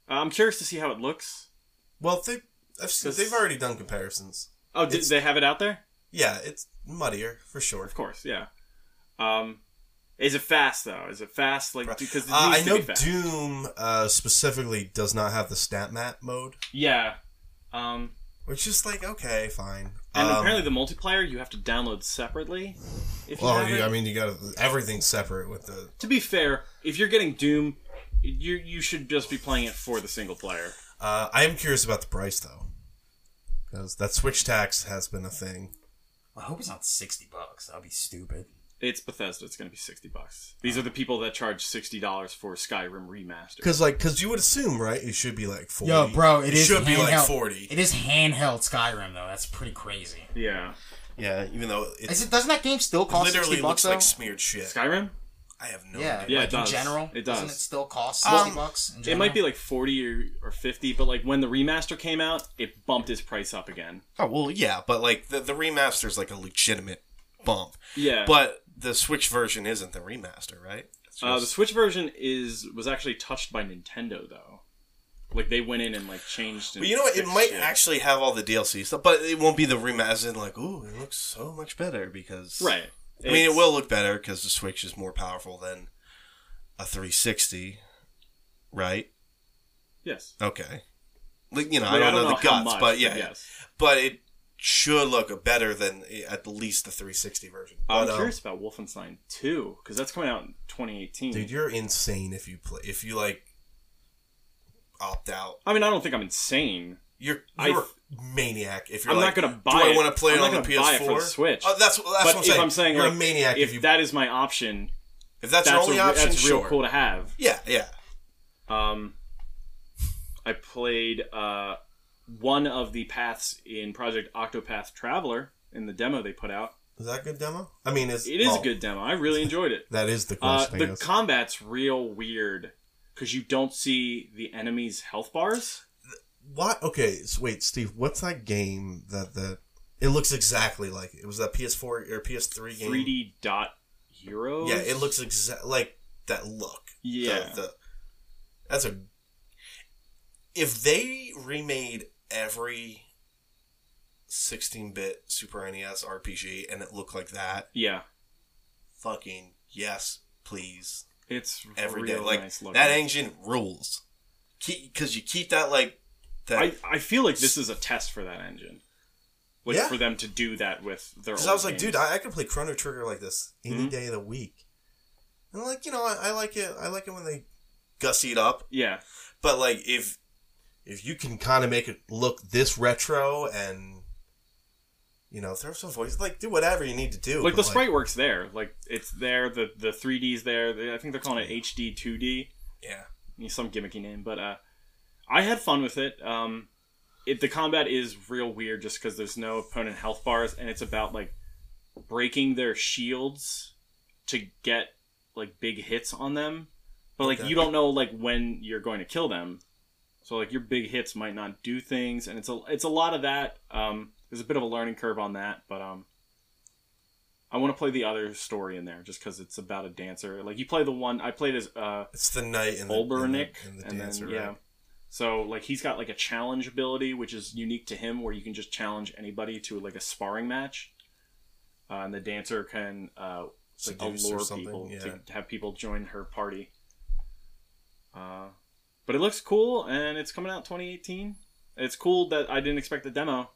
Uh, I'm curious to see how it looks. Well, they I've seen, This- they've already done comparisons. Oh, did It's- they have it out there? Yeah, it's muddier for sure. Of course, yeah. Um, is it fast though? Is it fast? Like because it needs Uh, I to know be fast. Doom uh, specifically does not have the snap map mode, Yeah. Um, which is like okay, fine. and Um, apparently the multiplayer you have to download separately. If you well, have you, it. I mean, you got everything's separate with the. to be fair, if you're getting Doom, you you should just be playing it for the single player. Uh, I am curious about the price though, because that Switch tax has been a thing. I hope it's not sixty bucks. That'd be stupid. It's Bethesda. It's going to be sixty bucks. These are the people that charge sixty dollars for Skyrim remastered. Because like, because you would assume, right? It should be like forty. Yo, bro, It it is should be like handheld- 40. It is handheld Skyrim though. That's pretty crazy. Yeah, Yeah, Even though it's Is it, doesn't that game still cost literally sixty looks bucks though? like smeared shit. Skyrim. I have no yeah, idea. Yeah, like it in does. general, It Doesn't does. it still cost sixty Um, bucks? In It general? might be like forty or, or fifty, but like when the remaster came out, it bumped its price up again. Oh well, yeah, but like the the remaster's like a legitimate bump, Yeah, but the Switch version isn't the remaster, right? It's Uh, the just- Switch version is was actually touched by Nintendo though. Like they went in and like changed. And But you know what? It fixed might actually have all the DLC stuff, but it won't be the remaster. Like, ooh, it looks so much better because right. I mean, it It's- will look better because the Switch is more powerful than a 360, right? Yes. Okay. Like you know, I Like, don't, know, the how guts, much, but yeah, Yes. but it should look better than eh, at least the 360 version. I'm uh, But, um, curious about Wolfenstein 2 because that's coming out in 2018. um, dude, you're insane if you play if you like opt out. I mean, I don't think I'm insane. You're I- you're a maniac if you're I'm like. not going to do buy. I it. want to play I'm it not on the gonna buy PS4? it for the Switch. Oh, that's that's but what I'm if saying. I'm saying you're like, a maniac if if, you that is my option, if that's, that's, your only a, option. that's sure. real cool to have. yeah, yeah. Um, I played uh, one of the paths in Project Octopath Traveler in the demo they put out. Is that a good demo? I mean, it's, It is well, a good demo. I really enjoyed it. That Oh. is the Uh, question. I the guess. combat's real weird because you don't see the enemy's health bars. what? Okay, so wait, Steve. What's that game that that? It looks exactly like it, It was that PS4 or PS3 game. 3D dot heroes. Yeah, it looks exact like that look. The- Yeah, the- that's a. If they remade every 16-bit Super E NES RPG, and it looked like that. yeah. Fucking yes, please. It's Every day, real like nice looking. that engine rules. Keep because you keep that like that. I, I feel like this is a test for that engine. Like Yeah. for them to do that with their. Because old I was like, games. dude, I, I could play Chrono Trigger like this any Mhm. day of the week. And like, you know, I, I like it. I like it when they. gussied up, Yeah, but like if If you can kind of make it look this retro and. You know, throw some voice. Like, do whatever you need to do. like but, the sprite works there. Like it's there. The the 3D's there. They- I think they're calling it HD 2D. yeah, Some gimmicky name, but uh, I had fun with it. Um, it the combat is real weird just because there's no opponent health bars, and it's about like breaking their shields to get like big hits on them. But like Okay. you don't know like when you're going to kill them, so like your big hits might not do things, and it's a it's a lot of that. Um, there's a bit of a learning curve on that, but um, I want to play the other story in there just because it's about a dancer. Like you play the one I played as uh It's the night and the, and the, Olbernick, and and, the dancer. then yeah. right? So like he's got like a challenge ability which is unique to him, where you can just challenge anybody to like a sparring match, uh, and the dancer can uh, like Seduce or allure something, people yeah. to have people join her party. Uh, but it looks cool, and it's coming out 2018. It's cool that I didn't expect the demo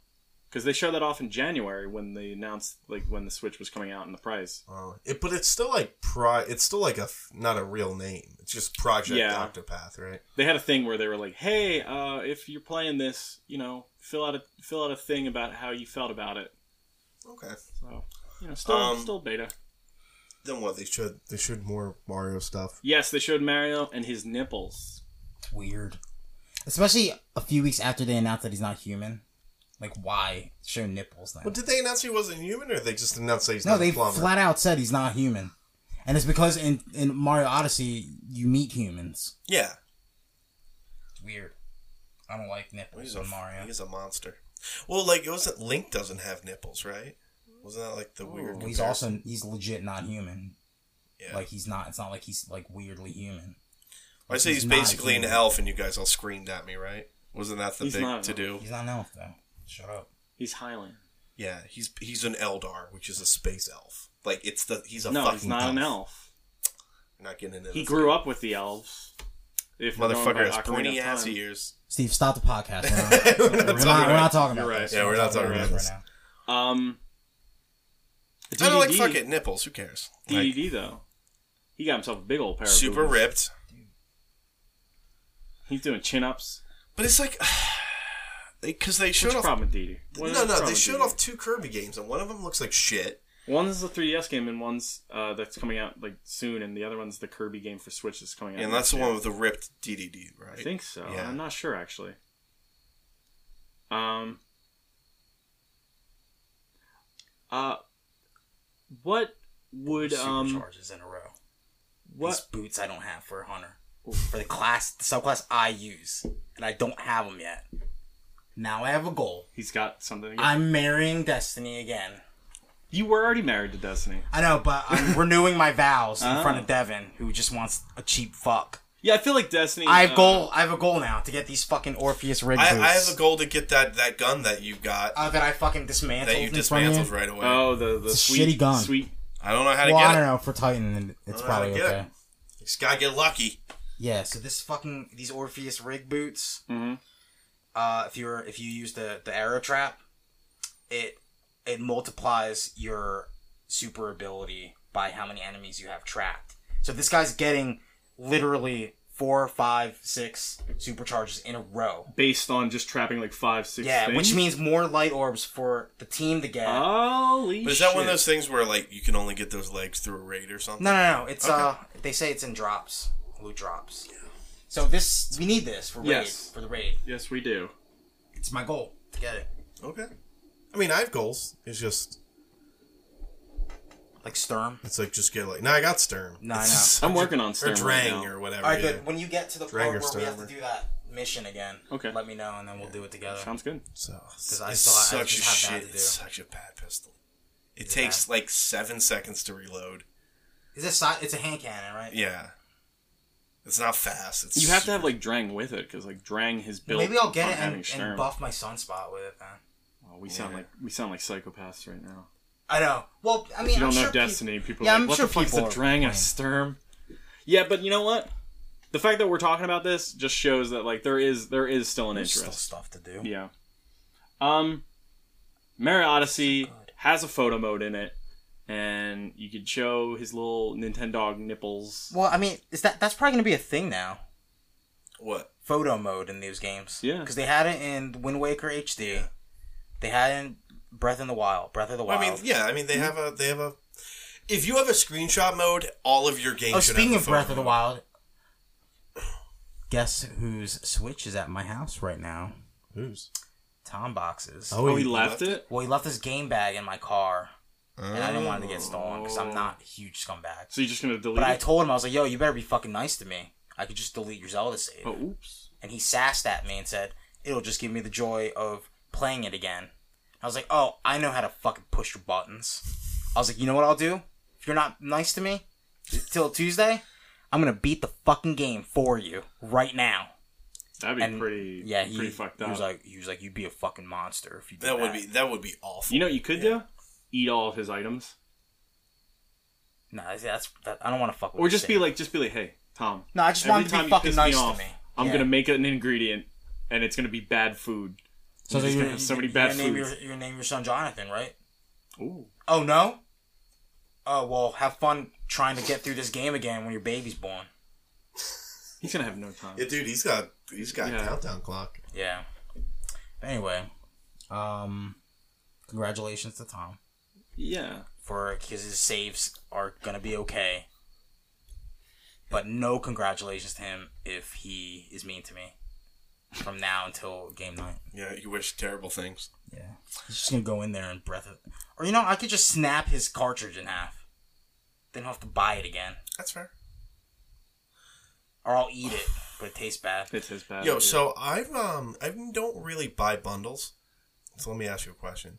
because they show that off in January when they announced like when the Switch was coming out and the price. Oh, it, but it's still like pro. It's still like a f- not a real name. It's just Project Yeah. Octopath, right? they had a thing where they were like, "Hey, uh, if you're playing this, you know, fill out a fill out a thing about how you felt about it." Okay. So, you know, still Um, still beta. Then what? They should they should more Mario stuff. Yes, they showed Mario and his nipples. weird. Especially a few weeks after they announced that he's not human. Like, why show nipples now? Well, did they announce he wasn't human, or they just announced that he's No, not they a plumber? flat out said he's not human. And it's because in, in Mario Odyssey, you meet humans. yeah, It's weird. I don't like nipples he's a on Mario. He's a monster. Well, like it wasn't Link doesn't have nipples, right? Wasn't that like the weird? Well, he's comparison? also, he's legit not human. Yeah. Like, he's not, it's not like he's, like, weirdly human. I say he's, he's not basically an human. elf, and you guys all screamed at me, right? Wasn't that the He's thing not to an do? He's not an elf, though. Shut up. He's Highland. Yeah, he's he's an Eldar, which is a space elf. Like it's the he's a no, fucking he's not an elf. You're not getting into He this. grew up with the elves. If we're going by Motherfucker has Ocarina of pointy ass Time. ears. Steve, stop the podcast. We're talking not, we're not, we're about- not talking about You're this. right. Yeah, we're not talking about this this. right Um, I don't like DDD fucking nipples. Who cares? Like, DDD though, he got himself a big old pair. of super boobs. ripped, He's doing chin ups. but it's like because they What's showed the off. problem with DDD? What is No, the no, problem they with showed DDD? off two Kirby games, and one of them looks like shit. One's a 3DS game, and one's uh, that's coming out like soon, and the other one's the Kirby game for Switch that's coming out. And that's the next year. one with the ripped DDD, right? I think so. Yeah. I'm not sure actually. Um. Uh, what would now. um Supercharges in a row. These what boots I don't have for Hunter. For the class, the subclass I use. And I don't have them yet. Now I have a goal. he's got something? Again. I'm marrying Destiny again. You were already married to Destiny. I know, but I'm renewing my vows in Ah. Oh. front of Devin, who just wants a cheap fuck. Yeah, I feel like Destiny. I have uh, goal. I have a goal now to get these fucking Orpheus rig I, boots. I have a goal to get that, that gun that you got uh, that I fucking dismantled. that you in front of dismantled you. right away. Oh, the the a sweet, shitty gun. Sweet. I don't know how to Well, I get don't it. know. For Titan, then it's I don't know how probably to get okay. it. You just gotta get lucky. Yeah. So this fucking these Orpheus rig boots. Mhm. uh, if you're if you use the the arrow trap, it it multiplies your super ability by how many enemies you have trapped. So this guy's getting literally four, five, six supercharges in a row. Based on just trapping like five, six. yeah, things? which means more light orbs for the team to get. Holy But is that shit. one of those things where like you can only get those legs through a raid or something? no, no, no. It's uh, they say it's in drops, loot drops. So this we need this for raid Yes. for the raid. Yes, we do. It's my goal to get it. Okay. I mean, I have goals. It's just Like Sturm. it's like just get like. No, I got Stern. No, I It's know. just- I'm working on or Stern right Drang now. or whatever. All right, yeah. good. When you get to the Drag point your where we have to server. do that mission again, Okay. let me know and then we'll do it together. Sounds good. So I it's saw it, I such a just have shit. that to do. It's such a bad pistol. It takes like seven seconds to reload. Is this side? It's a hand cannon, right? Yeah. It's not fast. It's You have to super- have like Drang with it because like Drang has built. Maybe I'll on get it having and, Stern. and buff my sunspot with it. Then. Oh, we sound Yeah. like we sound like psychopaths right now. I know. Well, I you mean, You I'm don't know sure peop- Destiny. People, Yeah, are like, I'm what sure the fuck's people a are Drang of playing. Sturm? Yeah, but you know what? The fact that we're talking about this just shows that like there is there is still an There's still interest. stuff to do. Yeah. Um, Mario Odyssey has a photo mode in it, and you could show his little Nintendo nipples. Well, I mean, is that that's probably gonna be a thing now? what? Photo mode in these games. Yeah. Because they had it in Wind Waker HD. They had it in Breath in the Wild. Breath of the Well, Wild. I mean, yeah. I mean, they have a they have a. If you have a screenshot mode, all of your games. Oh, should speaking have of the photo Breath of the mode. Wild, guess whose Switch is at my house right now? Who's? Tom Box's. Oh, he left left it. Well, he left his game bag in my car, and I didn't Oh. want it to get stolen because I'm not a huge scumbag. So you're just gonna delete But I it? told him, I was like, yo, you better be fucking nice to me. I could just delete your Zelda save. Oh, oops. And he sassed at me and said, it'll just give me the joy of playing it again. I was like, oh, I know how to fucking push your buttons. I was like, you know what I'll do? If you're not nice to me till Tuesday, I'm going to beat the fucking game for you right now. That'd be And pretty. yeah, he, pretty fucked up. he was like, he was like, you'd be a fucking monster if you did That would be that would be awful. you know what you could do? Eat all of his items, No, that's, that's that, I don't want to fuck with. or this just be thing. like, just be like, hey, Tom. No, I just every want him to time be you fucking piss nice off, to me. I'm Yeah. gonna make an ingredient, and it's gonna be bad food. So You're just you're, gonna have so many you're bad gonna name your, foods. you're gonna name your son Jonathan, right? Ooh. Oh no. Oh well, have fun trying to get through this game again when your baby's born. He's gonna have no time. Yeah, dude, he's got he's got Yeah. a countdown clock. Yeah. But anyway, um, congratulations to Tom yeah. for because his saves are gonna be okay. But no congratulations to him if he is mean to me. from now until game night. Yeah, you wish terrible things. Yeah, he's just gonna go in there and breath it. Or you know, I could just snap his cartridge in half. Then I'll have to buy it again, That's fair. or I'll eat it, but it tastes bad. It's his bad. Yo, idea. so I've um I don't really buy bundles. So let me ask you a question.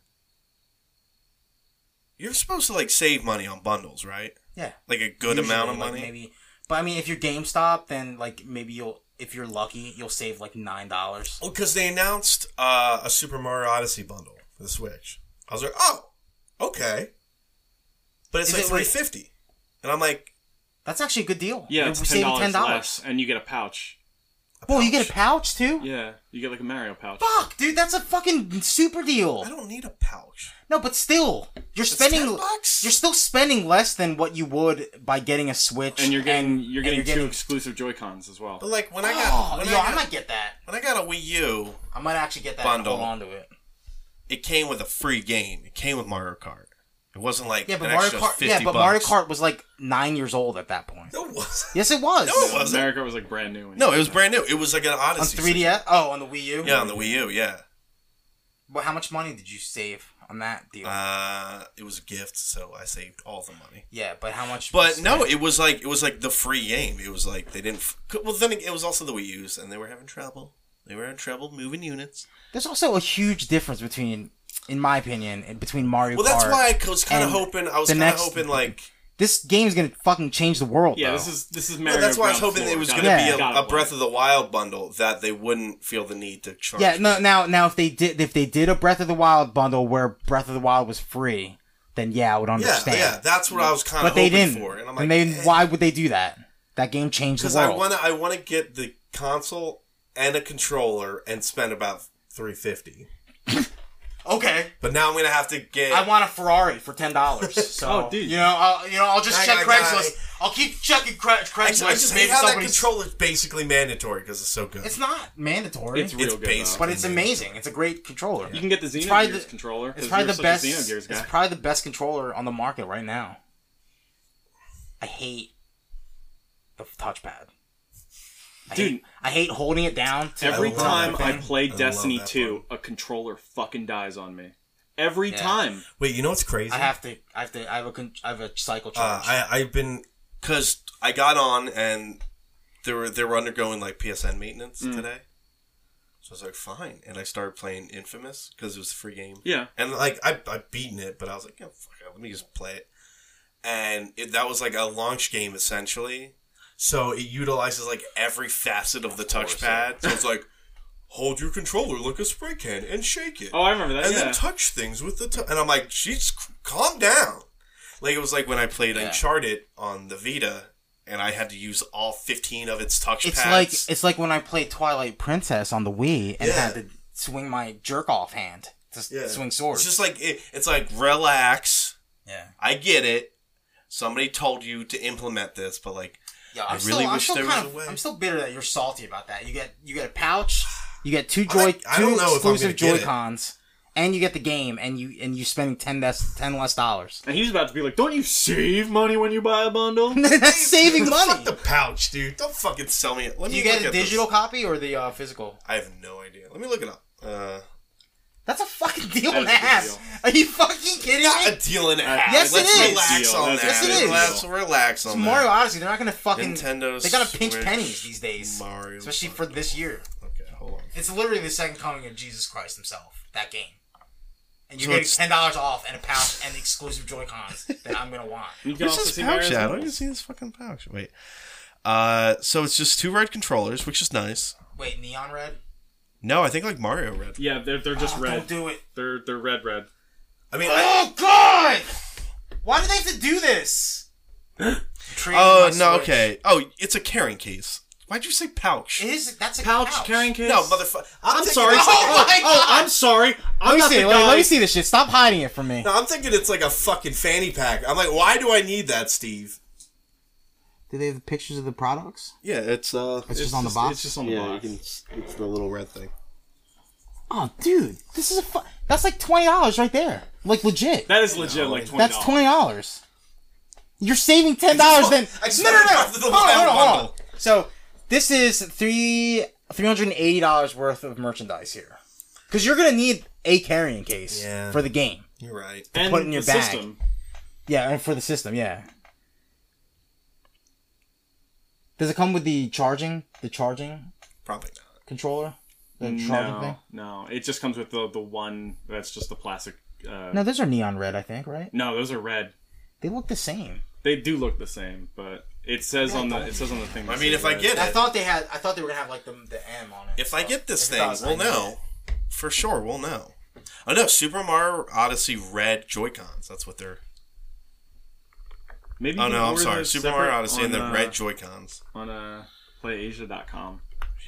You're supposed to like save money on bundles, right? Yeah, Like a good Usually, amount of like, money. maybe. But I mean, if you're GameStop, then like maybe you'll, if you're lucky, you'll save like nine dollars. Well, because they announced uh, a Super Mario Odyssey bundle for the Switch. I was like, oh, okay. But it's Is like it, three like- fifty, and I'm like, That's actually a good deal. yeah, You're it's ten dollars less, and you get a pouch. Well, you get a pouch too. Yeah, you get like a Mario pouch. Fuck, dude, that's a fucking super deal. I don't need a pouch. No, but still, you're spending. 10 bucks. You're still spending less than what you would by getting a Switch. And you're getting you're getting and two exclusive Joy Cons as well. But like when I Oh, got when yo, I I got, might get that. when I got a Wii U, I might actually get that Bundle. and hold on to it. It came with a free game. It came with Mario Kart. It wasn't like Yeah, but an Mario extra Kart. 50 Yeah, but bucks. Mario Kart was like nine years old at that point. no, it wasn't. Yes, it was. No, it Mario was it? America was like brand new. when No, it it was brand new. It was like an on Odyssey. 3DS. Oh, on the Wii U. Yeah, on the Wii U. Yeah, But how much money did you save on that deal? uh, it was a gift, so I saved all the money. yeah, but how much? But no, it was like it was like the free game. It was like they didn't. F- well, then it was also the Wii U's, and they were having trouble. They were in trouble moving units. there's also a huge difference between, in my opinion, in- between Mario. Well, that's Kart- why I was kind of And hoping. I was the kind of next- hoping like this game's gonna fucking change the world. Yeah, though. this is this is No, Mario. that's why I was ground hoping floor. it was Got going it. to be Got a, a it. Breath of the Wild bundle that they wouldn't feel the need to charge. Yeah, no, now now if they did if they did a Breath of the Wild bundle where Breath of the Wild was free, then yeah, I would yeah, understand. yeah. That's what I was kind of but they hoping didn't. for, and I'm like, and they, eh. why would they do that? That game changed the Because I world. want to, I want to get the console and a controller and spend about three fifty. okay, But now I'm gonna have to get. I want a Ferrari for ten dollars. So Oh, dude. you know, I'll, you know, I'll just Guy, check guy, Craigslist. guy. I'll keep checking Cra- I Craigslist. just, I just Maybe hate how that somebody's- controller is basically mandatory because it's so good. It's not mandatory, It's real It's good. basic. though. but it's amazing. It's a great controller. You can get the Xenogears probably the- controller. 'cause It's probably you're the such a best. Xenogears guy. It's probably the best controller on the market right now. I hate the f- touchpad. I Dude. hate, I hate holding it down. To Every I the time love I that. play I love Destiny that 2, a controller fucking dies on me. Every Yeah. time. Wait, you know what's crazy? I have to. I have to. I have a. Con- I have a cycle Uh, charge. I, I've been Because I got on and they were they were undergoing like PSN maintenance Mm. today. so I was like, fine, and I started playing Infamous because it was a free game. Yeah. And like I I beaten it, but I was like, yeah, fuck it, let me just play it. And it, that was like a launch game essentially. So it utilizes like every facet of the touchpad. So it's like hold your controller like a spray can and shake it. Oh, I remember that. and yeah. then touch things with the tou- and I'm like, "Jeez, c- calm down." Like it was like when I played Yeah. Uncharted on the Vita and I had to use all 15 of its touchpads. it's like it's like when I played Twilight Princess on the Wii and Yeah. had to swing my jerk off hand to s- swing swords. It's just like it, it's like relax. yeah. I get it. Somebody told you to implement this, but like Yeah, I'm I still, really I'm wish still there kind was of, a way. I'm still bitter that you're salty about that. You get you get a pouch, you get two I joy, don't- I two don't know if I'm exclusive gonna Joy get it. Cons, and you get the game, and you and you spending ten less ten less dollars. And he's about to be like, don't you save money when you buy a bundle? That's saving money. fuck the pouch, dude. Don't fucking sell me. it. Let Do me you get look a at this. digital copy or the uh, physical? I have no idea. Let me look it up. Uh, That's a fucking deal That and a is a good half. deal. Are you fucking kidding not a me? deal and a half. Yes, it Let's is. Relax Deal. on That's that. a good deal. Let's relax on It's that. Mario Odyssey. They're not gonna fucking. Nintendo They gotta pinch Switch pennies these days, Mario especially for this year. Okay, hold on. It's literally the second coming of Jesus Christ himself. That game. And you're So getting it's- ten dollars off and a pouch and the exclusive Joy Cons that I'm gonna want. You can Where's also this see pouch Mario's at? I don't nipples. even see this fucking pouch. Wait. Uh, so it's just two red controllers, which is nice. Wait, neon red? No, I think like Mario red. Yeah, they're, they're just Oh, red. Don't do it. They're, they're red, red. I mean, I, Oh God! Why do they have to do this? Trading Oh my no, Switch. okay. Oh, it's a carrying case. Why'd you say pouch? It is that's a Pouch, pouch. carrying case? no, motherfucker. I'm sorry. Oh, my God. I'm sorry. I'm Let me not see. the Let, guy. let me see this shit. Stop hiding it from me. No, I'm thinking it's like a fucking fanny pack. I'm like, why do I need that, Steve? Do they have the pictures of the products? Yeah, it's uh, It's just on the box. It's just on the box. it's the little red thing. Oh, dude, this is a fu- that's like twenty dollars right there. Like legit. That is legit, like $20. That's twenty dollars. You're saving ten dollars then. I just No, no, no. want- I just Hold on, want hold on, the hold on. So this is three three hundred and eighty dollars worth of merchandise here, because you're gonna need a carrying case Yeah. for the game. You're right. and put in your the bag. system. Yeah, and for the system, yeah. Does it come with the charging? The charging Probably not. controller? The charging thing? No, no, it just comes with the the one that's just the plastic. Uh, No, those are neon red, I think, right? no, those are red. They look the same. They do look the same, but it says on the it says on the thing. I that mean, says if I red. get it, thought they had. I thought they were gonna have like the the M on it. if I get this I thing, thought we'll I knew know for sure. We'll know. Oh no, Super Mario Odyssey Red Joy Cons. That's what they're. maybe. you Oh can no, I'm order sorry. those Super separate Mario Odyssey on, and the uh, Red Joy Cons. on uh, playasia.com.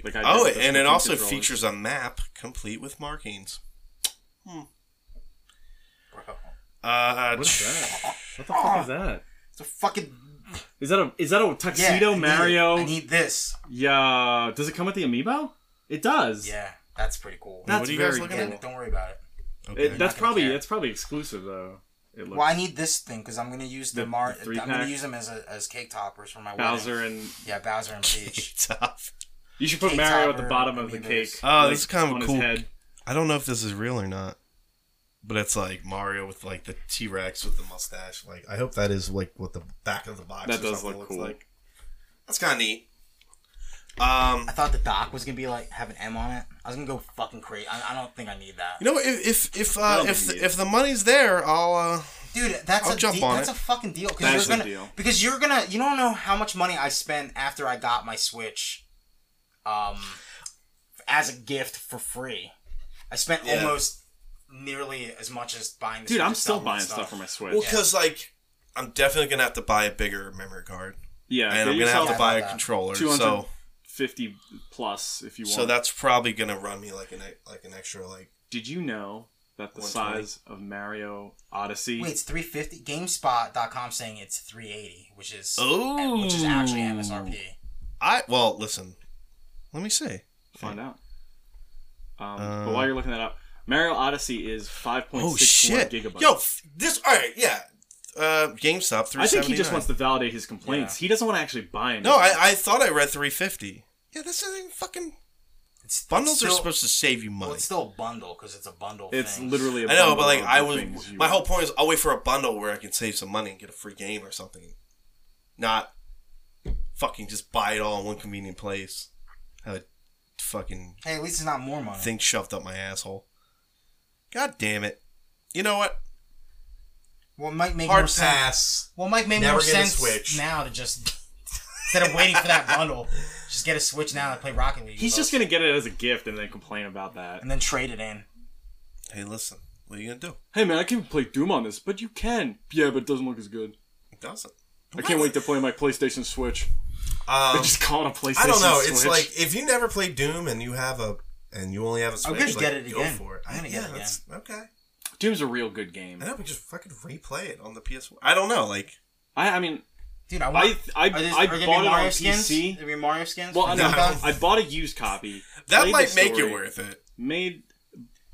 Like I Oh, did with the and it Steam also controllers. features a map complete with markings. Hmm. Uh, What is that? What the fuck is that? it's a fucking Is that a is that a Ah. yeah, tuxedo I need- Mario? I need this. yeah. Does it come with the amiibo? It does. Yeah, that's pretty cool. That's What are you guys very looking cool. at? Yeah, don't worry about it. It- okay. that's gonna probably care. that's probably exclusive though. It looks Well, I need this thing because I'm gonna use the, The- Mar. the three I'm gonna pack? use them as a, as cake toppers for my Bowser wedding. and Yeah, Bowser and Peach. Tough. you should put Cake Mario at the topper, bottom of the amiibos. cake. Oh, this is kind of on a his cool- head. I don't know if this is real or not, but it's like Mario with like the T Rex with the mustache. Like I hope that is like what the back of the box. That or does something look looks cool. Like. that's kind of neat. Um, I thought the dock was gonna be like have an M on it. I was gonna go fucking crazy. I, I don't think I need that, you know, if if if I uh, don't if think the, you need if the money's there, I'll. Uh, dude. That's I'll a jump de- on that's it. a fucking deal because That's you're a gonna deal. because you're gonna you don't know how much money I spent after I got my Switch, um, as a gift for free. I spent Yeah. almost nearly as much as buying. The Dude, Switch I'm still itself and buying stuff for my Switch. Well, because like I'm definitely gonna have to buy a bigger memory card, yeah, and I'm get gonna have yourself to buy a that. controller. 200 So 50 plus if you want. so that's probably gonna gonna run. run me like an e- like an extra like. Did you know that the 120? size of Mario Odyssey? Wait, it's three fifty. Gamespot.com saying it's three eighty, which is Ooh. which is actually MSRP. I well, listen. Let me see. Find out. Um, Uh, but while you're looking that up, Mario Odyssey is 5.61 Oh shit! gigabytes. Yo, f- this all right? Yeah. Uh, GameStop three. I think he just wants to validate his complaints. He doesn't want to actually buy anything. No, I, I thought I read 350. Yeah, this isn't even fucking. It's, Bundles it's still, are supposed to save you money. Well, it's still a bundle because it's a bundle. It's thing. literally. I I know, but like I was, my whole point is I'll wait for a bundle where I can save some money and get a free game or something, not fucking just buy it all in one convenient place. Have a fucking Hey, at least it's not more money. thing shoved up my asshole. God damn it! You know what? well, it might make Hard more sense. Pass. Well, it might make Never more get a sense Switch. now to just instead of waiting for that bundle, just get a Switch now and play Rocket League. He's with just us. gonna get it as a gift and then complain about that. and then trade it in. Hey, listen, what are you gonna do? Hey man, I can play Doom on this, but you can. Yeah, but it doesn't look as good. It doesn't. I can't wait to play my PlayStation Switch. They Um, just call it a PlayStation. I don't know. It's Switch. like if you never played Doom and you have a and you only have a Switch, gonna like, get it go again. for it. I'm gonna I- get it that's- Okay. Doom's a real good game. And then we just fucking replay it on the PS. I don't know. Like, I, I mean, Dude, I want. I I, are there- I are there gonna be bought it Mario on skins? PC. There be Mario skins? Well, for I, Doom no, Guns? I bought a used copy. that played might the make it story, worth it. Made,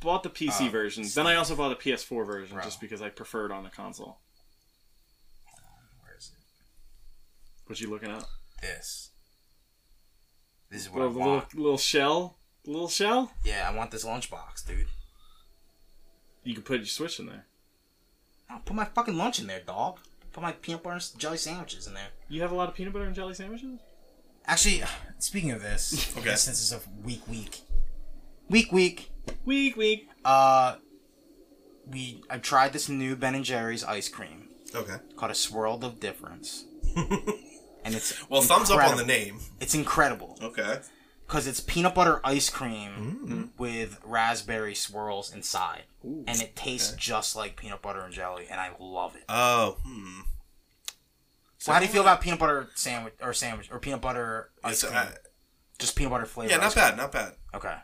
bought the PC version. Then I also bought the PS4 version Bro. just because I preferred on the console. Where is it? What you looking at? This. This is what Little, I want. little, little shell, little shell. Yeah, I want this lunchbox, dude. You can put your Switch in there. No, put my fucking lunch in there, dog. Put my peanut butter and jelly sandwiches in there. You have a lot of peanut butter and jelly sandwiches. Actually, speaking of this, Okay. okay. since it's a week week, week week, Week, week. uh, we I tried this new Ben and Jerry's ice cream Okay. called a Swirl of Difference, and it's Well, thumbs up on the incredible. name. It's incredible Okay. because it's peanut butter ice Hmm. cream with raspberry swirls inside, and it tastes just like peanut butter and jelly, and I love it. Oh, hmm. so how do you feel about peanut butter sandwich or sandwich or peanut butter ice It's, cream? uh, just peanut butter flavor. yeah, not bad, not bad. Okay.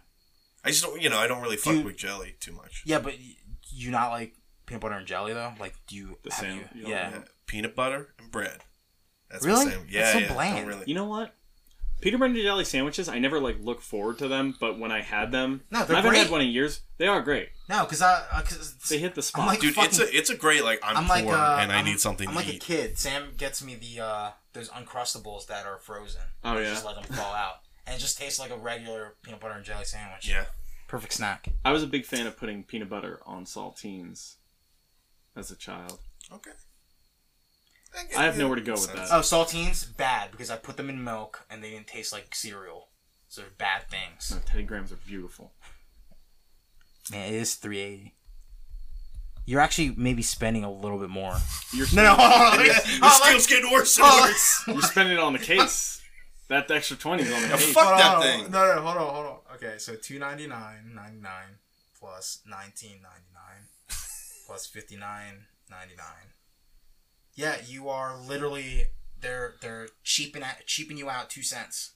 I just don't, you know, I don't really fuck you- with jelly too much. Yeah, but y- you not like peanut butter and jelly though. Like, do you? The have same- You, you don't yeah. like peanut butter and bread. That's Really? my sandwich. That's Yeah, so yeah, don't bland. really- You know what? Peanut butter and jelly sandwiches. I never like look forward to them, but when I had them, No, and they're I haven't had great. one in years. They are great. No, because I, uh, cause They hit the spot. like- Dude, it's fucking- a it's a great like I'm, I'm like, poor uh, and I I'm- need something I'm to like a eat. kid. Sam gets me the uh those uncrustables that are frozen. Oh, I yeah? Just let them fall out. and it just tastes like a regular peanut butter and jelly sandwich. Yeah. Perfect snack. I was a big fan of putting peanut butter on saltines as a child. Okay. I have nowhere to go with Sense. that. Oh, saltines bad because I put them in milk and they didn't taste like cereal. So they're bad things. No, Teddy Grahams are beautiful. Hmm. Man, it is three eighty. You're actually maybe spending a little bit more. You're No, spending, This oh, deal's getting worse and worse. you're spending it on the case. That extra twenty is on the case. fuck that on, thing. No, no, hold on, hold on. Okay, so two ninety nine, ninety nine plus nineteen ninety nine plus fifty nine ninety nine. yeah, you are literally they're they're cheaping at cheaping you out two cents.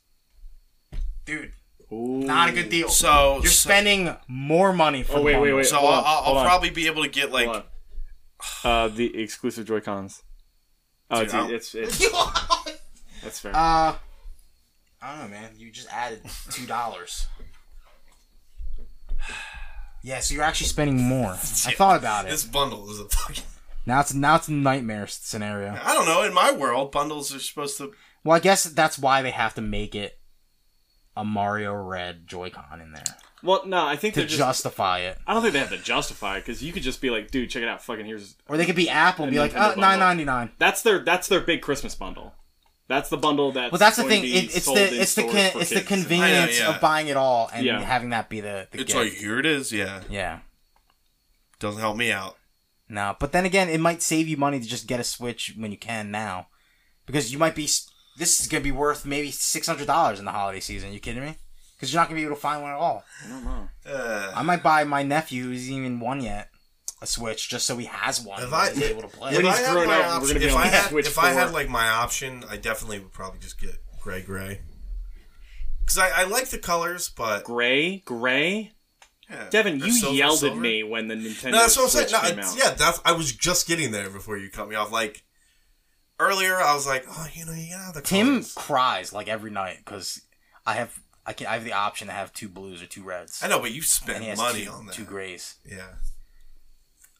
Dude, Ooh. not a good deal. So You're so, spending more money for Oh wait, the wait, bundle. wait. so hold I'll, on, I'll, hold I'll on, probably be able to get like hold on. Uh, the exclusive Joy Cons. Oh, Dude, I'll- it's, it's, it's that's fair. Uh, I don't know, man. You just added two dollars. yeah, so you're actually spending more. I thought about it. This bundle is a fucking. Now it's now it's a nightmare s- scenario. I don't know. In my world, bundles are supposed to. Well, I guess that's why they have to make it a Mario Red Joy-Con in there well, no, I think to they're just. justify it. I don't think they have to justify it because you could just be like, dude, check it out. Fucking here's Or they could be Apple, and be A like, Nintendo oh, bundle. nine ninety nine. that's their that's their big Christmas bundle. That's the bundle that. Well, that's the thing. It, it's the it's the con- it's the convenience I know, yeah. of buying it all and Yeah. having that be the, the It's gift. like here it is. Yeah, yeah. doesn't help me out. No, but then again, it might save you money to just get a Switch when you can now, because you might be. s- This is gonna be worth maybe six hundred dollars in the holiday season. You kidding me? Because you're not gonna be able to find one at all. I don't know. Uh, I might buy my nephew, who's even one yet, a Switch just so he has one. If and I- he's able to play. if When I he's had grown my up, we're option- gonna be if on I the had, Switch If I had 4. like my option, I definitely would probably just get gray gray. Because I, I like the colors, but Gray, gray. Yeah. Devin, Or you silver, yelled silver. at me when the Nintendo no, that's what I'm Switch saying. No, came it's- out. yeah, that's I was just getting there before you cut me off. Like earlier, I was like, oh, you know, you gotta have the Tim colors. cries like every night because I have I can I have the option to have two blues or two reds. I know, but you and he spent has money two, on that. two grays. Yeah.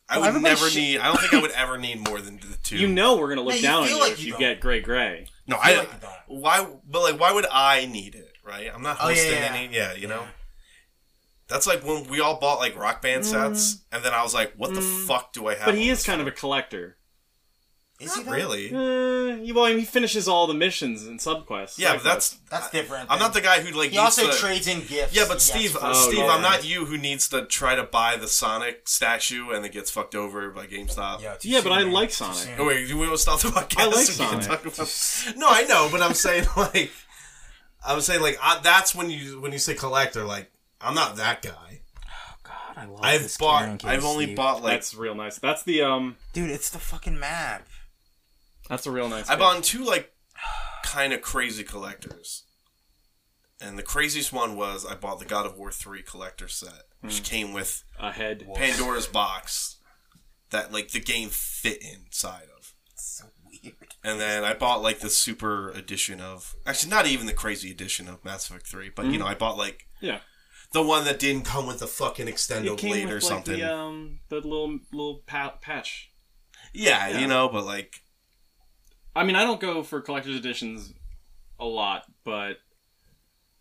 I Well, would everybody never sh- need. I don't think I would ever need more than the two. Oh, You know we're gonna look Yeah, you down on feel you like if you you don't. get gray, gray. no, I I. feel like you don't. Why? But like, why would I need it? Right? I'm not Oh, yeah, hosting yeah. any. Yeah, you know. That's like when we all bought like rock band sets, and then I was like, "What the fuck do I have?" Mm-hmm. But he on is this kind of for? a collector. Is he Not though? really. Uh, he- well, he finishes all the missions and subquests. Yeah, but that's That's different. I'm not the guy who like. He needs also to- trades in gifts. Yeah, but he Steve, gets uh, from- Oh, Steve, yeah. I'm not you who needs to try to buy the Sonic statue and it gets fucked over by GameStop. Yo, too Yeah, but soon, I man. like Too Sonic. soon. Oh wait, we want to stop the podcast. I like We can Sonic. talk about- No, I know, but I'm saying like, I was saying like I, that's when you when you say collector, like I'm not that guy. God, I love I've this Karen bought. case, I've only Steve. bought like that's real nice. That's the um. Dude, it's the fucking map. That's a real nice. I case. bought two like kind of crazy collectors, And the craziest one was I bought the God of War 3 collector set, Hmm. which came with a head. Pandora's box that like the game fit inside of. So weird. And then I bought like the super edition of actually not even the crazy edition of Mass Effect 3, but you know, I bought like Mm-hmm. Yeah. the one that didn't come with the fucking extendo It came blade with or like something. the um the little little pa- patch. yeah, yeah. you know, but like I mean, I don't go for collector's editions a lot, but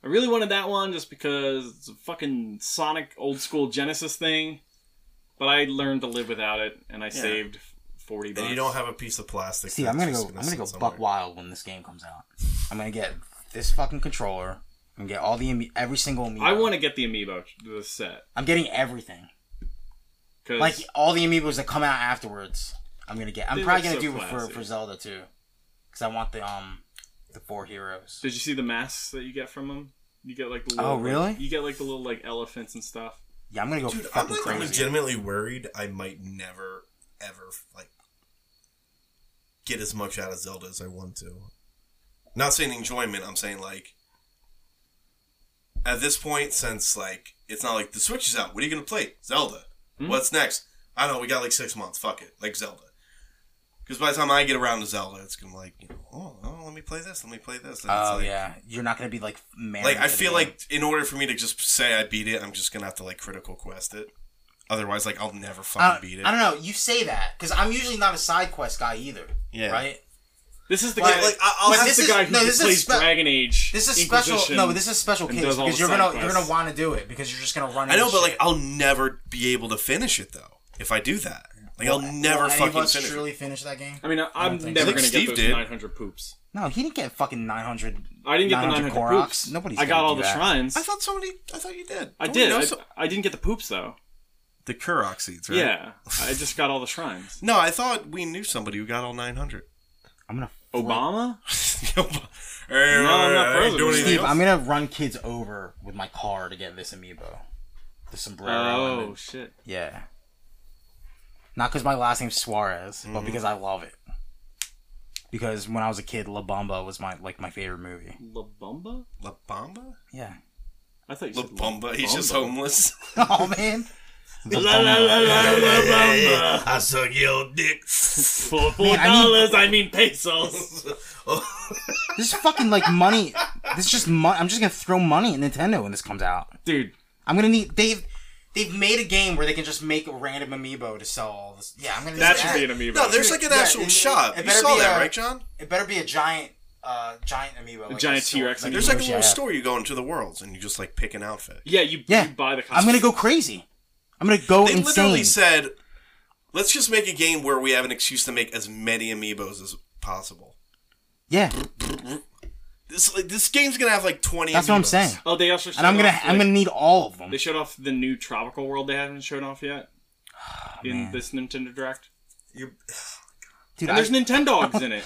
I really wanted that one just because it's a fucking Sonic old school Genesis thing. But I learned to live without it, and I saved forty bucks. and you don't have a piece of plastic. Steve, I'm gonna that's go. just I'm gonna sit go somewhere. buck wild when this game comes out. I'm gonna get this fucking controller. I'm gonna get all the ami- every single amiibo. I want to get the amiibo the set I'm getting everything. because Like all the amiibos that come out afterwards. I'm gonna get. I'm They probably look gonna so do it classy. for for Zelda too, because I want the um the four heroes. did you see the masks that you get from them? You get like the Oh, little, really? you get like the little like elephants and stuff. Yeah, I'm gonna go Dude, I'm fucking like crazy. legitimately worried I might never ever like get as much out of Zelda as I want to. not saying enjoyment. I'm saying like At this point, since like it's not like the Switch is out, what are you gonna play? Zelda. what's next? I don't know. We got like six months. Fuck it, like Zelda. Because by the time I get around to Zelda, it's gonna be like, you know, oh, oh, let me play this, let me play this. And it's Oh like, yeah, you're not gonna be like married. Like I to the feel game. like in order for me to just say I beat it, I'm just gonna have to like critical quest it. Otherwise, like I'll never Uh, I fucking don't, beat it. I don't know. You say that because I'm usually not a side quest guy either. Yeah. Right. This is the Like- guy. like, I- I'll this have is to- the guy who no, this is plays spe- Dragon Age. This is special. No, Inquisition. this is special and case does all because the you're side gonna you're quests. gonna want to do it because you're just gonna run. I know, into but like shit. I'll never be able to finish it though if I do that. Like I'll never Will any of fucking us finish. it. truly finish that game? I mean, I, I'm think never so. gonna I think get Steve those did. 900 poops. No, he didn't get fucking 900. I didn't get the 900 900 poops. Koroks. Nobody's I got gonna all do the that. shrines. I thought somebody. I thought you did. I Don't we did. know I, some- I didn't get the poops though. the Kurok seeds, right? Yeah, I just got all the shrines. No, I thought we knew somebody who got all 900. I'm gonna Obama? no, No, I'm not frozen. Steve. I'm gonna run kids over with my car to get this amiibo, the sombrero. and Oh the- shit! yeah. Not because my last name's Suarez, but because I love it. Because when I was a kid, La Bamba was my like my favorite movie. La Bamba? La Bamba? Yeah. I thought you La said Bamba. He's just Bamba. homeless. Oh man. La I suck your dick. For four Man, I need- dollars, I mean pesos. This is fucking like money. This is just money. I'm just gonna throw money at Nintendo when this comes out. Dude, I'm gonna need they've they've made a game where they can just make a random amiibo to sell all this. Yeah, I'm gonna. that need should be an amiibo. No, there's like an Yeah, actual it- it- shop. it you better saw be that, a- right, John? It better be a giant, uh, giant amiibo. Like giant store- T-Rex like amiibo. There's like a yeah, little yeah. store you go into the worlds and you just like pick an outfit. yeah, you, Yeah. you buy the. Costume. I'm gonna go crazy. I'm gonna go They literally insane. said, let's just make a game where we have an excuse to make as many amiibos as possible. yeah, This like, this game's gonna have like 20 that's what I'm amiibos. saying. Oh, they also. showed And I'm gonna off, I'm like- gonna need all of them. They showed off the new tropical world they haven't shown off yet Ah, in this Nintendo Direct. Dude, And I, there's Nintendogs in it.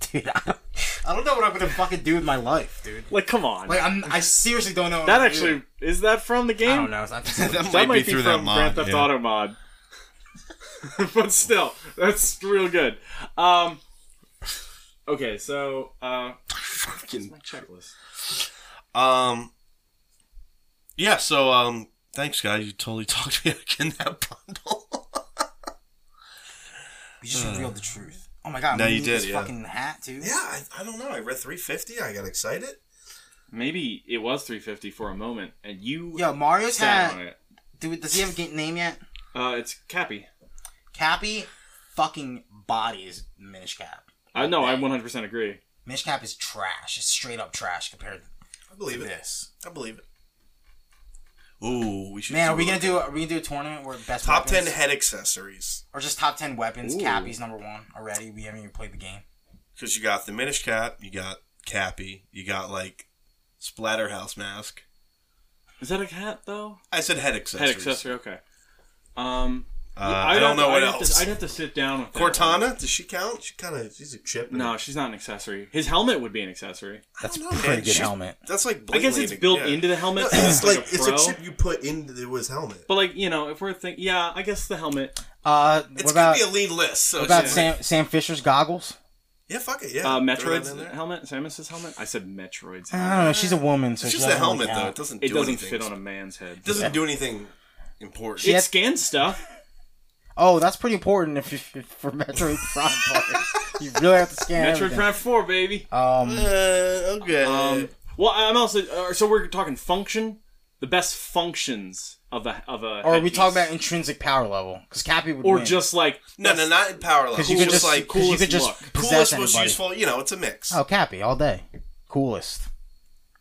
dude, I don't, I don't know what I'm gonna fucking do with my life, dude. Like, come on. Like I'm, I seriously don't know. what that I'm gonna do. actually is that from the game? I don't know. It's not- That might, be, from Grand Theft Auto mod. but still, that's real good. Um, okay, so uh, where's my checklist. Um, yeah. So, um, thanks, guys. You totally talked me out of getting that bundle. You just revealed the truth. Oh my god! No, I'm you gonna need did, This yeah. fucking hat too. Yeah, I, I don't know. I read 350. I got excited. Maybe it was 350 for a moment, and you Yo, Mario's sat on hat. it. Dude, does he have a ga- name yet? Uh, it's Cappy. Cappy, fucking bodies Minish Cap. I know. Uh, I 100% agree. Minish Cap is trash. It's straight up trash compared I believe to it. this. I believe it. Ooh, we should. Man, do are we it. gonna do? Are we gonna do a tournament where best Top 10 weapons, head accessories. or just top ten weapons? Ooh. Cappy's number one already. We haven't even played the game. Because you got the Minish Cap, you got Cappy, you got like Splatterhouse Mask. Is that a hat though? I said head Head accessories. accessory. Okay. Um, Uh, I'd I have don't to- know what I'd have to- else. I'd have to sit down with that. Cortana, does she count? She kind of, she's a chip. and- No, she's not an accessory. His helmet would be an accessory. That's know, pretty man. good She's- helmet. That's like I guess blatantly it's an- built yeah. into the helmet. No, it's like, it's pro. a chip you put into his helmet. But like you know, if we're thinking, yeah, I guess the helmet. Uh, It's what about gonna be a lead list. So what about it's- Sam Sam Fisher's goggles? yeah, fuck it. Yeah, Uh, Throw that Metroid's in there. helmet, Samus's helmet. I said Metroid's. I Helmet. don't know. She's a woman, so It's she just a doesn't really helmet though. count. It doesn't. It do doesn't anything. fit on a man's head. It doesn't do anything important. It had- scans stuff. Oh, that's pretty important if you for Metroid Prime players. You really have to scan Metroid everything. Prime Four, baby. Um, Uh, okay. Um, well, I'm also uh, so we're talking function, the best functions of a of a. or we headpiece. talk about intrinsic power level because Cappy would or win. just like no, no, not in power level. because you could Just just like 'cause you coolest could just look. possess coolest, most anybody. useful. You know, it's a mix. Oh, Cappy all day, coolest,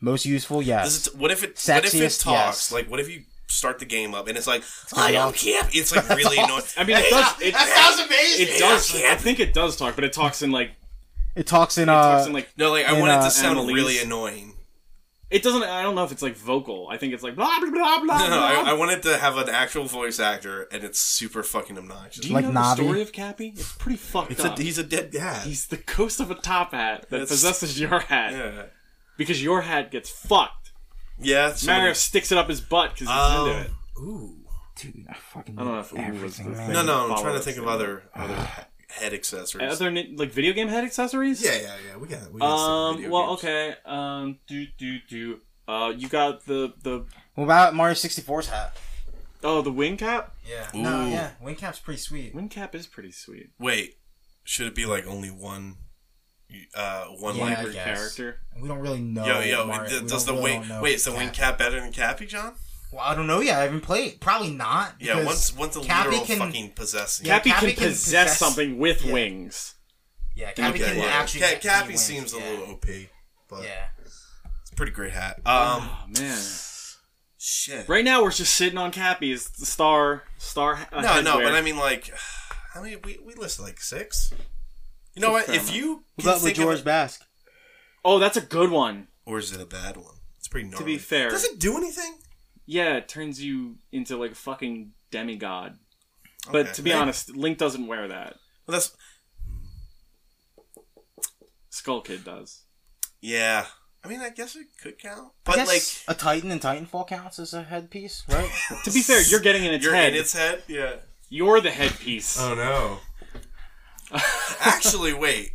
most useful. Yes, Does it, what if it? what if Sexiest, it yes. talks? Like, what if you start the game up and it's like, I be don't awesome. care. It's like really annoying. I mean, it does. It, sounds amazing. it does. I think it does talk, but it talks in like It talks in it uh, talks in like No, like I And, want it uh, to sound Annalise. really annoying. it doesn't. I don't know if it's like vocal. I think it's like blah blah blah blah. No, no, blah. I, I want it to have an actual voice actor, and it's super fucking obnoxious. Do you like know Navi. the story of Cappy? It's pretty fucked It's a- up. he's a dead guy. He's the ghost of a top hat that It's- possesses your hat Yeah, because your hat gets fucked. yeah. it's Mario somebody- sticks it up his butt because he's into it. Ooh. Dude, I fucking I don't know if ooh was the everything, man. thing. No, no. I'm Follow trying to this think of thing. other other head accessories. other ni- like video game head accessories. Yeah, yeah, yeah. We got. We got some Um. video Well, games. okay. Um. Do do do. Uh. You got the the What about Mario 64's hat? oh the wing cap. Yeah, Ooh. no, yeah, wing cap's pretty sweet. Wing cap is pretty sweet. Wait, should it be like only one? Uh, one Yeah, like I Per guess. character. We don't really know. Yo, yo, Mario- th- we does the don't- we wing don't know wait? Is the wing Cap- cap better than Cappy, John? Well, I don't know yet. I haven't played. Probably not. Yeah, because once once a Cappy literal can- fucking possessing. Yeah, Cappy, Cappy can can possess possess- something with yeah. wings. Yeah, Cappy Yeah, can yeah. actually. Ca- he Cappy wins, seems yeah. a little OP, but Yeah. it's a pretty great hat. Um, Oh man! shit. Right now we're just sitting on Cappy as the star star. Uh, No, no, headwear. but I mean, like, how many? We, we listed like six. You know what? Fair If amount. you What's can up with think of George it- Bask? oh, that's a good one. or is it a bad one? It's pretty. Gnarly. To be fair, does it do anything? yeah, it turns you into like a fucking demigod. But Okay. to be Hey, honest, Link doesn't wear that. well, that's Skull Kid does. yeah. I mean, I guess it could count, but like Guess a Titan and Titanfall counts as a headpiece, right? To be fair, you're getting in its you're head. in its Oh. head. Yeah. You're the headpiece. Oh, no. Actually, wait.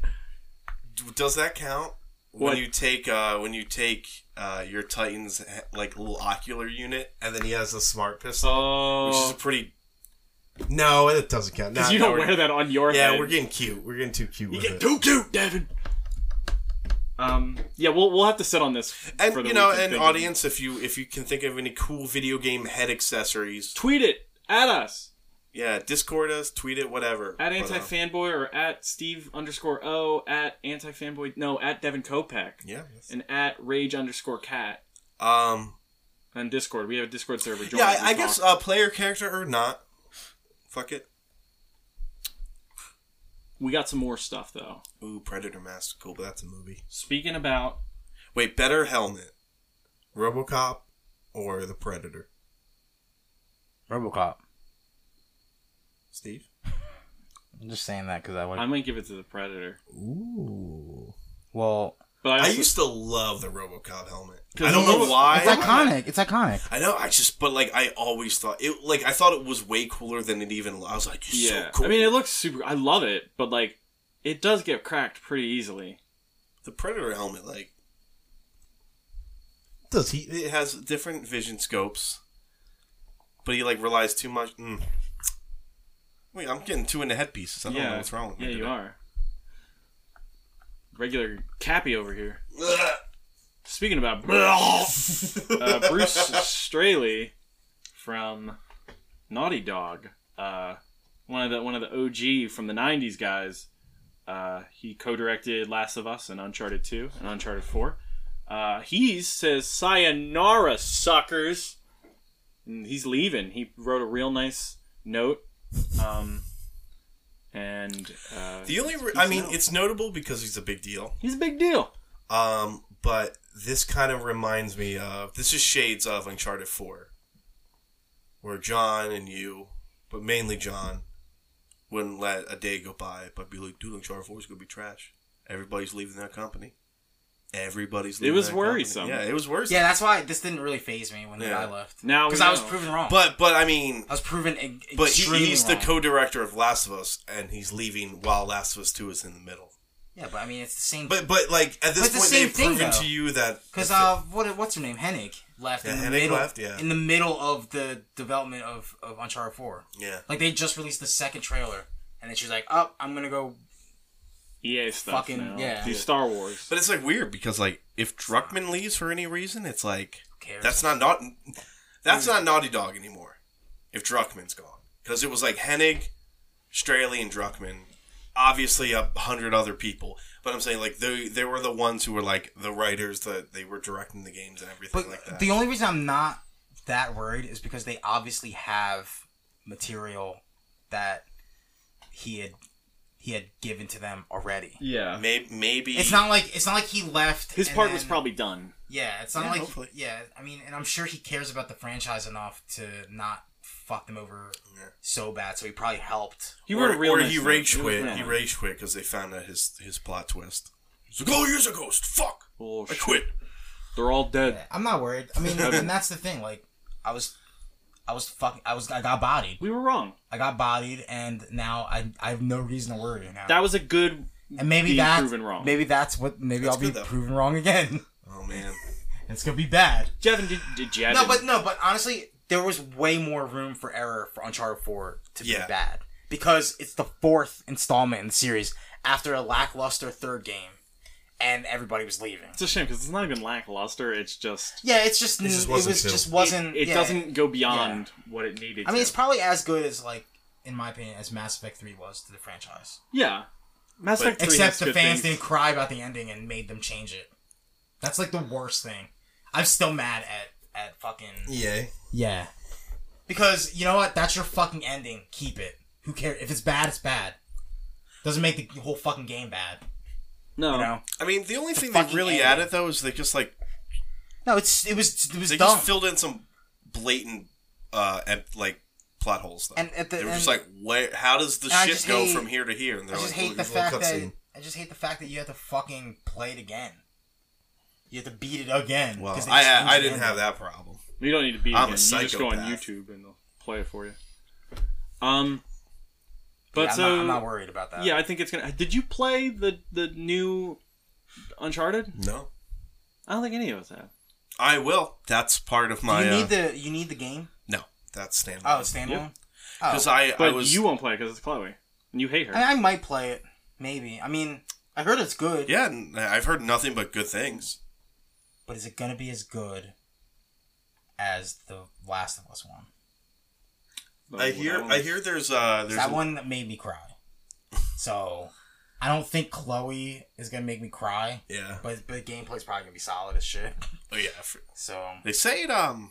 D- Does that count? What? When you take uh, when you take uh, your Titan's eh, like little ocular unit, and then he has a smart pistol, which is a oh, pretty. No, it doesn't count. because you don't wear that on your Yeah, head. we're getting cute. We're getting too cute. You with get it. too cute, Devin. Um, yeah, we'll we'll have to sit on this. and for the you know, weekend and thinking. audience, if you if you can think of any cool video game head accessories, tweet it at us yeah, Discord us, tweet it, whatever. at But, anti uh, fanboy or at Steve underscore O at anti fanboy. No, at Devin Kopeck Yeah. and at Rage underscore Cat Um. on Discord. We have a Discord server. Join Yeah, us, we I, I talk. guess uh, player character or not. Fuck it. we got some more stuff though. Ooh, Predator Mask, cool, but that's a movie. Speaking about Wait, better helmet, RoboCop or the Predator? RoboCop. Steve. I'm just saying that because I I like. might give it to the Predator. Ooh. Well, But I, I also, used to love the RoboCop helmet. 'Cause I don't know it's- why. it's iconic. It's iconic. I know. I just, but like, I always thought it. Like, I thought it was way cooler than it even. I was like, it's yeah. so cool. I mean, it looks super. I love it, but like, it does get cracked pretty easily. the Predator helmet, like, Does he? it has different vision scopes, but he like relies too much. Mm. Wait, I'm getting two into headpieces. I don't yeah, know what's wrong. with me yeah, you today. are. Regular Cappy over here. Ugh. Speaking about uh, Bruce Straley from Naughty Dog, uh, one of the one of the OG from the '90s guys. Uh, he co-directed Last of Us and Uncharted 2 and Uncharted 4. Uh, he says "Sayonara, suckers," and he's leaving. He wrote a real nice note, um, and uh, The only, re- I mean, it's notable because he's a big deal. he's a big deal. Um, but this kind of reminds me of this is shades of Uncharted Four, where John and you, but mainly John, wouldn't let a day go by, but be like, dude, Uncharted Four is gonna be trash. Everybody's leaving that company. Everybody's. It leaving was that company." worrisome. Yeah, it was worrisome. Yeah, that's why this didn't really phase me when the Yeah. guy left. Now we because I was know. proven wrong. But but I mean, I was proven. Eg- but he, Uh, extremely he's the wrong. co-director of Last of Us, and he's leaving while Last of Us Two is in the middle. Yeah, but I mean, it's the same. But but like at this But the point, same they've thing, proven though. to you that Because uh, what what's her name? Hennig left Yeah, in the Hennig middle. left, yeah. In the middle of the development of of Uncharted Four, yeah. like they just released the second trailer, and then she's like, "Oh, I'm gonna go." EA E stuff Fucking- now. yeah. These Star Wars. But it's like weird because like if Druckman leaves for any reason, it's like Who cares? that's not not Hmm. that's not Naughty Dog anymore. If Druckman's gone, because it was like Hennig, Straley, and Druckman, obviously a hundred other people. But I'm saying like they they were the ones who were like the writers that they were directing the games and everything But like that. the only reason I'm not that worried is because they obviously have material that he had he had given to them already. yeah. maybe maybe It's not like it's not like he left. His and part was then- probably done. yeah. It's not Yeah, like hopefully. yeah. I mean, and I'm sure he cares about the franchise enough to not fuck them over Yeah. so bad. So he probably helped. He or, wrote a real or nice he note. rage It was quit. real He nice. rage quit because they found out his his plot twist. He's like, oh, here's a ghost. Fuck, I Bullshit. quit. They're all dead. I'm not worried. I mean, and that's the thing. Like, I was, I was fucking. I was. I got bodied. We were wrong. I got bodied, and now I. I have no reason to worry now. That was a good. and maybe being that's proven wrong. Maybe that's what. Maybe I'll be good, though. proven wrong again. Oh man. it's gonna be bad. Jevin did. did Jevin. No, but no, but honestly, there was way more room for error for Uncharted Four to be Yeah. bad because it's the fourth installment in the series after a lackluster third game, and everybody was leaving. it's a shame because it's not even lackluster. It's just Yeah, it's just, just it wasn't was filled. just wasn't. it yeah. doesn't go beyond what it needed. I mean, to. it's probably as good as like, in my opinion, as Mass Effect Three was to the franchise. yeah. Mass But- Effect 3 Except has the good fans things. didn't cry about the ending and made them change it. That's like the worst thing. I'm still mad at at fucking EA. yeah. Because you know what? That's your fucking ending. Keep it. Who cares? If it's bad, it's bad. Doesn't make the whole fucking game bad. No, You know? I mean, the only thing they fucking really A. added though is they just like No, it's it was it was they dumb. just filled in some blatant uh and like plot holes though. And at the they were end- just like, where? How does the And I shit just go hate- from here to here? And I they're just like, hate "Look, the there's fact no that cutscene." I just hate the fact that you have to fucking play it again. You have to beat it again. Well, 'cause they I just I changed didn't it. have that problem. You don't need to be I'm again. You a just go on psychopath. YouTube and they'll play it for you. Um, but Yeah, I'm, so not, I'm not worried about that. yeah, I think it's gonna. Did you play the the new Uncharted? No. I don't think any of us have. I will. That's part of Do my. you uh, need the you need the game? no, that's standard. Oh, it's standalone. Yeah. Oh, Because I, I But was you won't play because it's Chloe and you hate her. I, I might play it. Maybe. I mean, I heard it's good. yeah, and I've heard nothing but good things. But is it gonna be as good as the Last of Us one? But I hear don't- I hear there's uh there's that one that made me cry. So, I don't think Chloe is gonna make me cry. yeah But but the gameplay's probably gonna be solid as shit. oh yeah for- So they say it um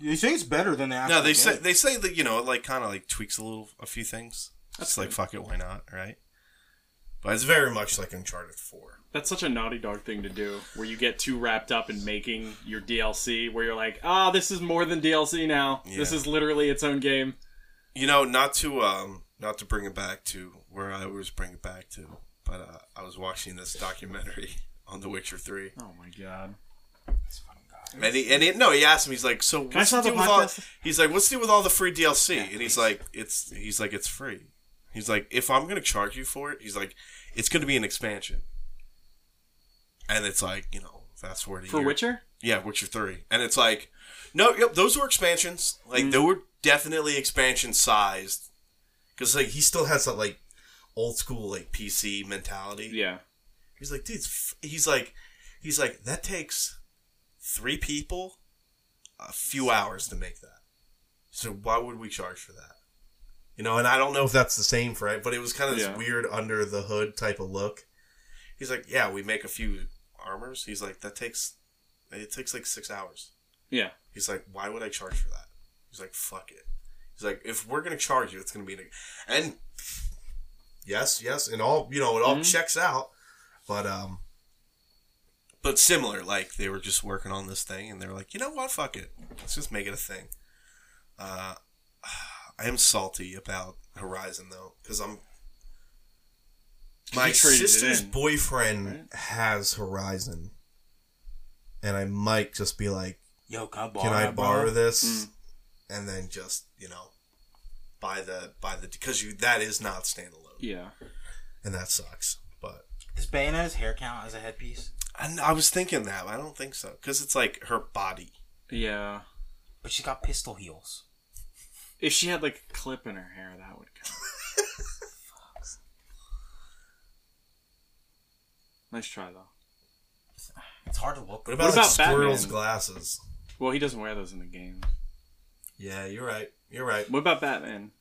You think it's better than the actual no they game. say they say that you know it like kind of like tweaks a little a few things. It's like fuck it why not right? But It's very much like Uncharted 4. That's such a Naughty Dog thing to do, where you get too wrapped up in making your DLC, where you're like, ah, this is more than DLC now. This Yeah. is literally its own game. you know not to um not to bring it back to where I always bring it back to, but uh, I was watching this documentary on The Witcher Three. Oh my god. And he, and he, no, he asked him. He's like, "So I what's still the have deal a with all?" podcast? He's like, "What's the deal with all the free DLC?" and he's like, "It's he's like it's free." He's like, "If I'm gonna charge you for it, he's like, it's gonna be an expansion." And it's like you know fast forward a For year. Witcher? yeah, Witcher three, and it's like, no, yep, those were expansions. Like they were definitely expansion sized Because, like, he still has that, like, old school, like, PC mentality. Yeah. He's like, dude, it's f-. he's like, he's like, that takes three people a few hours to make that. so why would we charge for that? You know, and I don't know if that's the same for it, but it was kind of this Yeah. weird under the hood type of look. He's like, yeah, we make a few armors. He's like, that takes, it takes like six hours. Yeah. He's like, why would I charge for that? He's like, fuck it. He's like, if we're gonna charge you, it's gonna be, an, and Yes, yes, and all, you know, it all Mm-hmm. checks out. But, um, but similar. Like they were just working on this thing, and they were like, you know what, fuck it, let's just make it a thing. Uh, I am salty about Horizon though, because I'm my He traded it sister's in. boyfriend has Horizon. And I might just be like, yo, can I borrow, can I borrow bro? this? Hmm. And then just, you know, buy the, buy the, because you, that is not standalone. Yeah. And that sucks. But, Does Bayonetta's hair count as a headpiece? I, I was thinking that. but I don't think so because it's like her body. Yeah. But she's got pistol heels. If she had like a clip in her hair, that would count. nice try though. It's hard to look. what about, about like, Squirrel's Batman? glasses? Well, he doesn't wear those in the game. Yeah, you're right. You're right. What about Batman?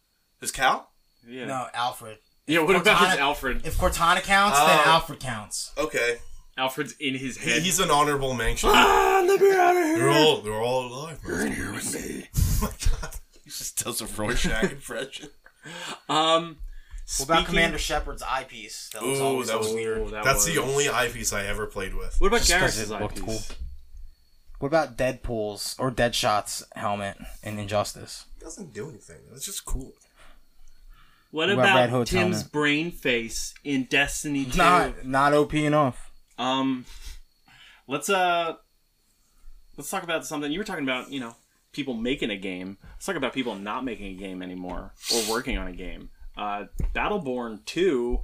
His cow? Yeah. No, Alfred. Yeah. What about his Cortana- Alfred? If Cortana counts, then Oh. Alfred counts. Okay. Alfred's in his He- head. he's an honorable mention. ah, let me out of They're here. all they're all alive. man. Oh here with me. He just does a Rorschach impression. Um. What about speaking- Commander Shepard's eyepiece? That looks Ooh, always that was- weird. Oh, that That's the was- only eyepiece I ever played with. What about Just 'cause Garrus's it looked eyepiece? What about Deadpool's or Deadshot's helmet in Injustice? It doesn't do anything. It's just cool. What What about about Red Hood Tim's helmet? brain face in Destiny Two? Not not OP enough. Um, let's uh, let's talk about something you were talking about. You know, people making a game. Let's talk about people not making a game anymore or working on a game. Uh, Battleborn Two.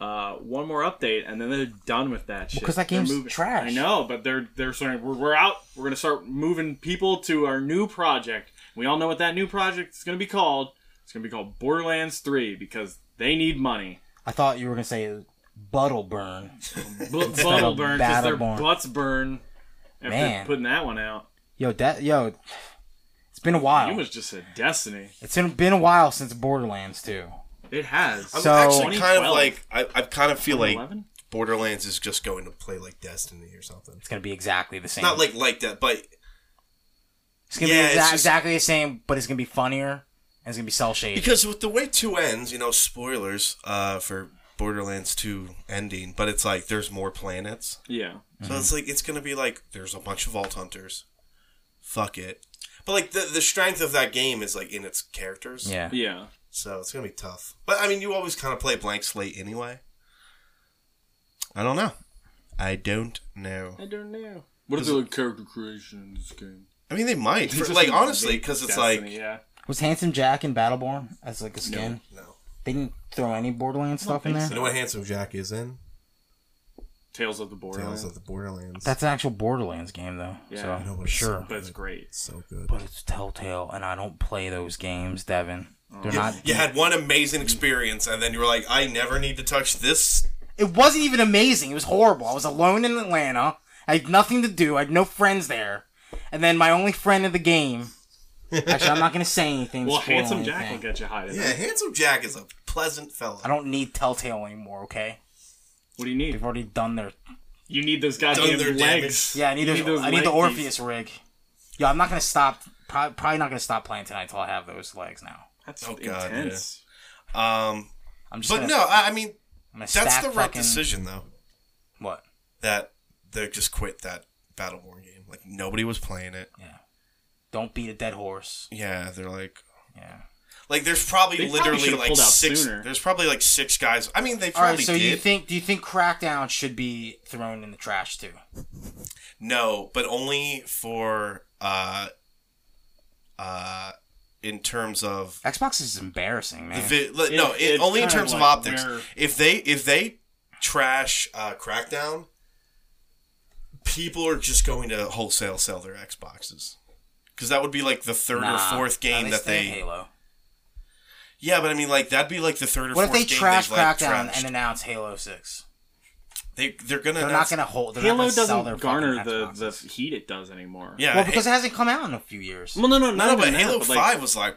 Uh, one more update, and then they're done with that shit. 'cause that They're game's moving- trash. I know, but they're they're starting. We're, we're out. We're gonna start moving people to our new project. We all know what that new project is gonna be called. It's gonna be called Borderlands Three because they need money. I thought you were gonna say Buttleburn. Bu- of buttle burn because their Battleborn. butts burn after Man. putting that one out. Yo, that yo, it's been a while. You was just a destiny. It's been, been a while since Borderlands 2. It has. I'm So- actually kind of 2012. like I, I kind of feel like 11? Borderlands is just going to play like Destiny or something. It's gonna be exactly the same. Not like like that, but it's gonna yeah, be it's exa- just- exactly the same, but it's gonna be funnier and it's gonna be cell shaded. because with the way two ends, you know, spoilers uh, for Borderlands two ending, but it's like there's more planets, Yeah. Mm-hmm. so it's like it's gonna be like there's a bunch of Vault Hunters. Fuck it. But like the the strength of that game is like in its characters. yeah. Yeah. So it's gonna be tough. But I mean, you always kind of play blank slate anyway. I don't know. I don't know. I don't know. What is the like, character creation in this game? I mean, they might. For, Just like make honestly, because it's Destiny, like yeah. Was Handsome Jack in Battleborn as like a skin? no. They didn't throw any Borderlands stuff in think there. so. You know what Handsome Jack is in? Tales of the Borderlands. Tales of the Borderlands. That's an actual Borderlands game though. Yeah. so, I know, but for it's- sure. But it's great. so good. But it's Telltale, and I don't play those games, Devin. Oh. They're you, not. you had one amazing experience, and then you were like, I never need to touch this. It wasn't even amazing. It was horrible. I was alone in Atlanta. I had nothing to do. I had no friends there. And then my only friend in the game. Actually, I'm not going to say anything. to Well, spoil Handsome anything. Jack will get you high. Yeah, Yeah. handsome Jack is a pleasant fella. I don't need Telltale anymore. Okay, What do you need? they've already done their. You need those Done their goddamn legs. Yeah, I need, You those, I need leg the piece. Orpheus rig. Yo, I'm not going to stop. Probably, probably not going to stop playing tonight until I have those legs. Now, That's Oh, God, intense. Um, I'm just. but gonna, no, I, I mean, I'm gonna that's stack the right fucking- decision, though. What? That they just quit that Battleborn game. Like, nobody was playing it. Don't beat a dead horse. Yeah, they're like, Yeah. like, there's probably They probably literally should've like pulled out six. sooner. There's probably like six guys. I mean, they All probably right. So did. you think? Do you think Crackdown should be thrown in the trash too? No, but only for uh, uh, in terms of Xbox is embarrassing, man. the vi- li- no, It- it, it's only in kinda terms of like optics. where- If they if they trash uh, Crackdown, people are just going to wholesale sell their Xboxes because that would be like the third Nah. or fourth Nah, game that stay in they. Halo. Yeah, but I mean, like that'd be like the third or What if fourth they game trash they've, like, Crackdown trashed. and announce Halo Six? they they're gonna They're not announce- gonna hold. They're Halo not gonna sell their doesn't garner fucking the, the Xboxes. heat it does anymore. yeah Well, because it hasn't come out in a few years. Well, no, no, No, no, not but even that, Halo but, like, Five was like,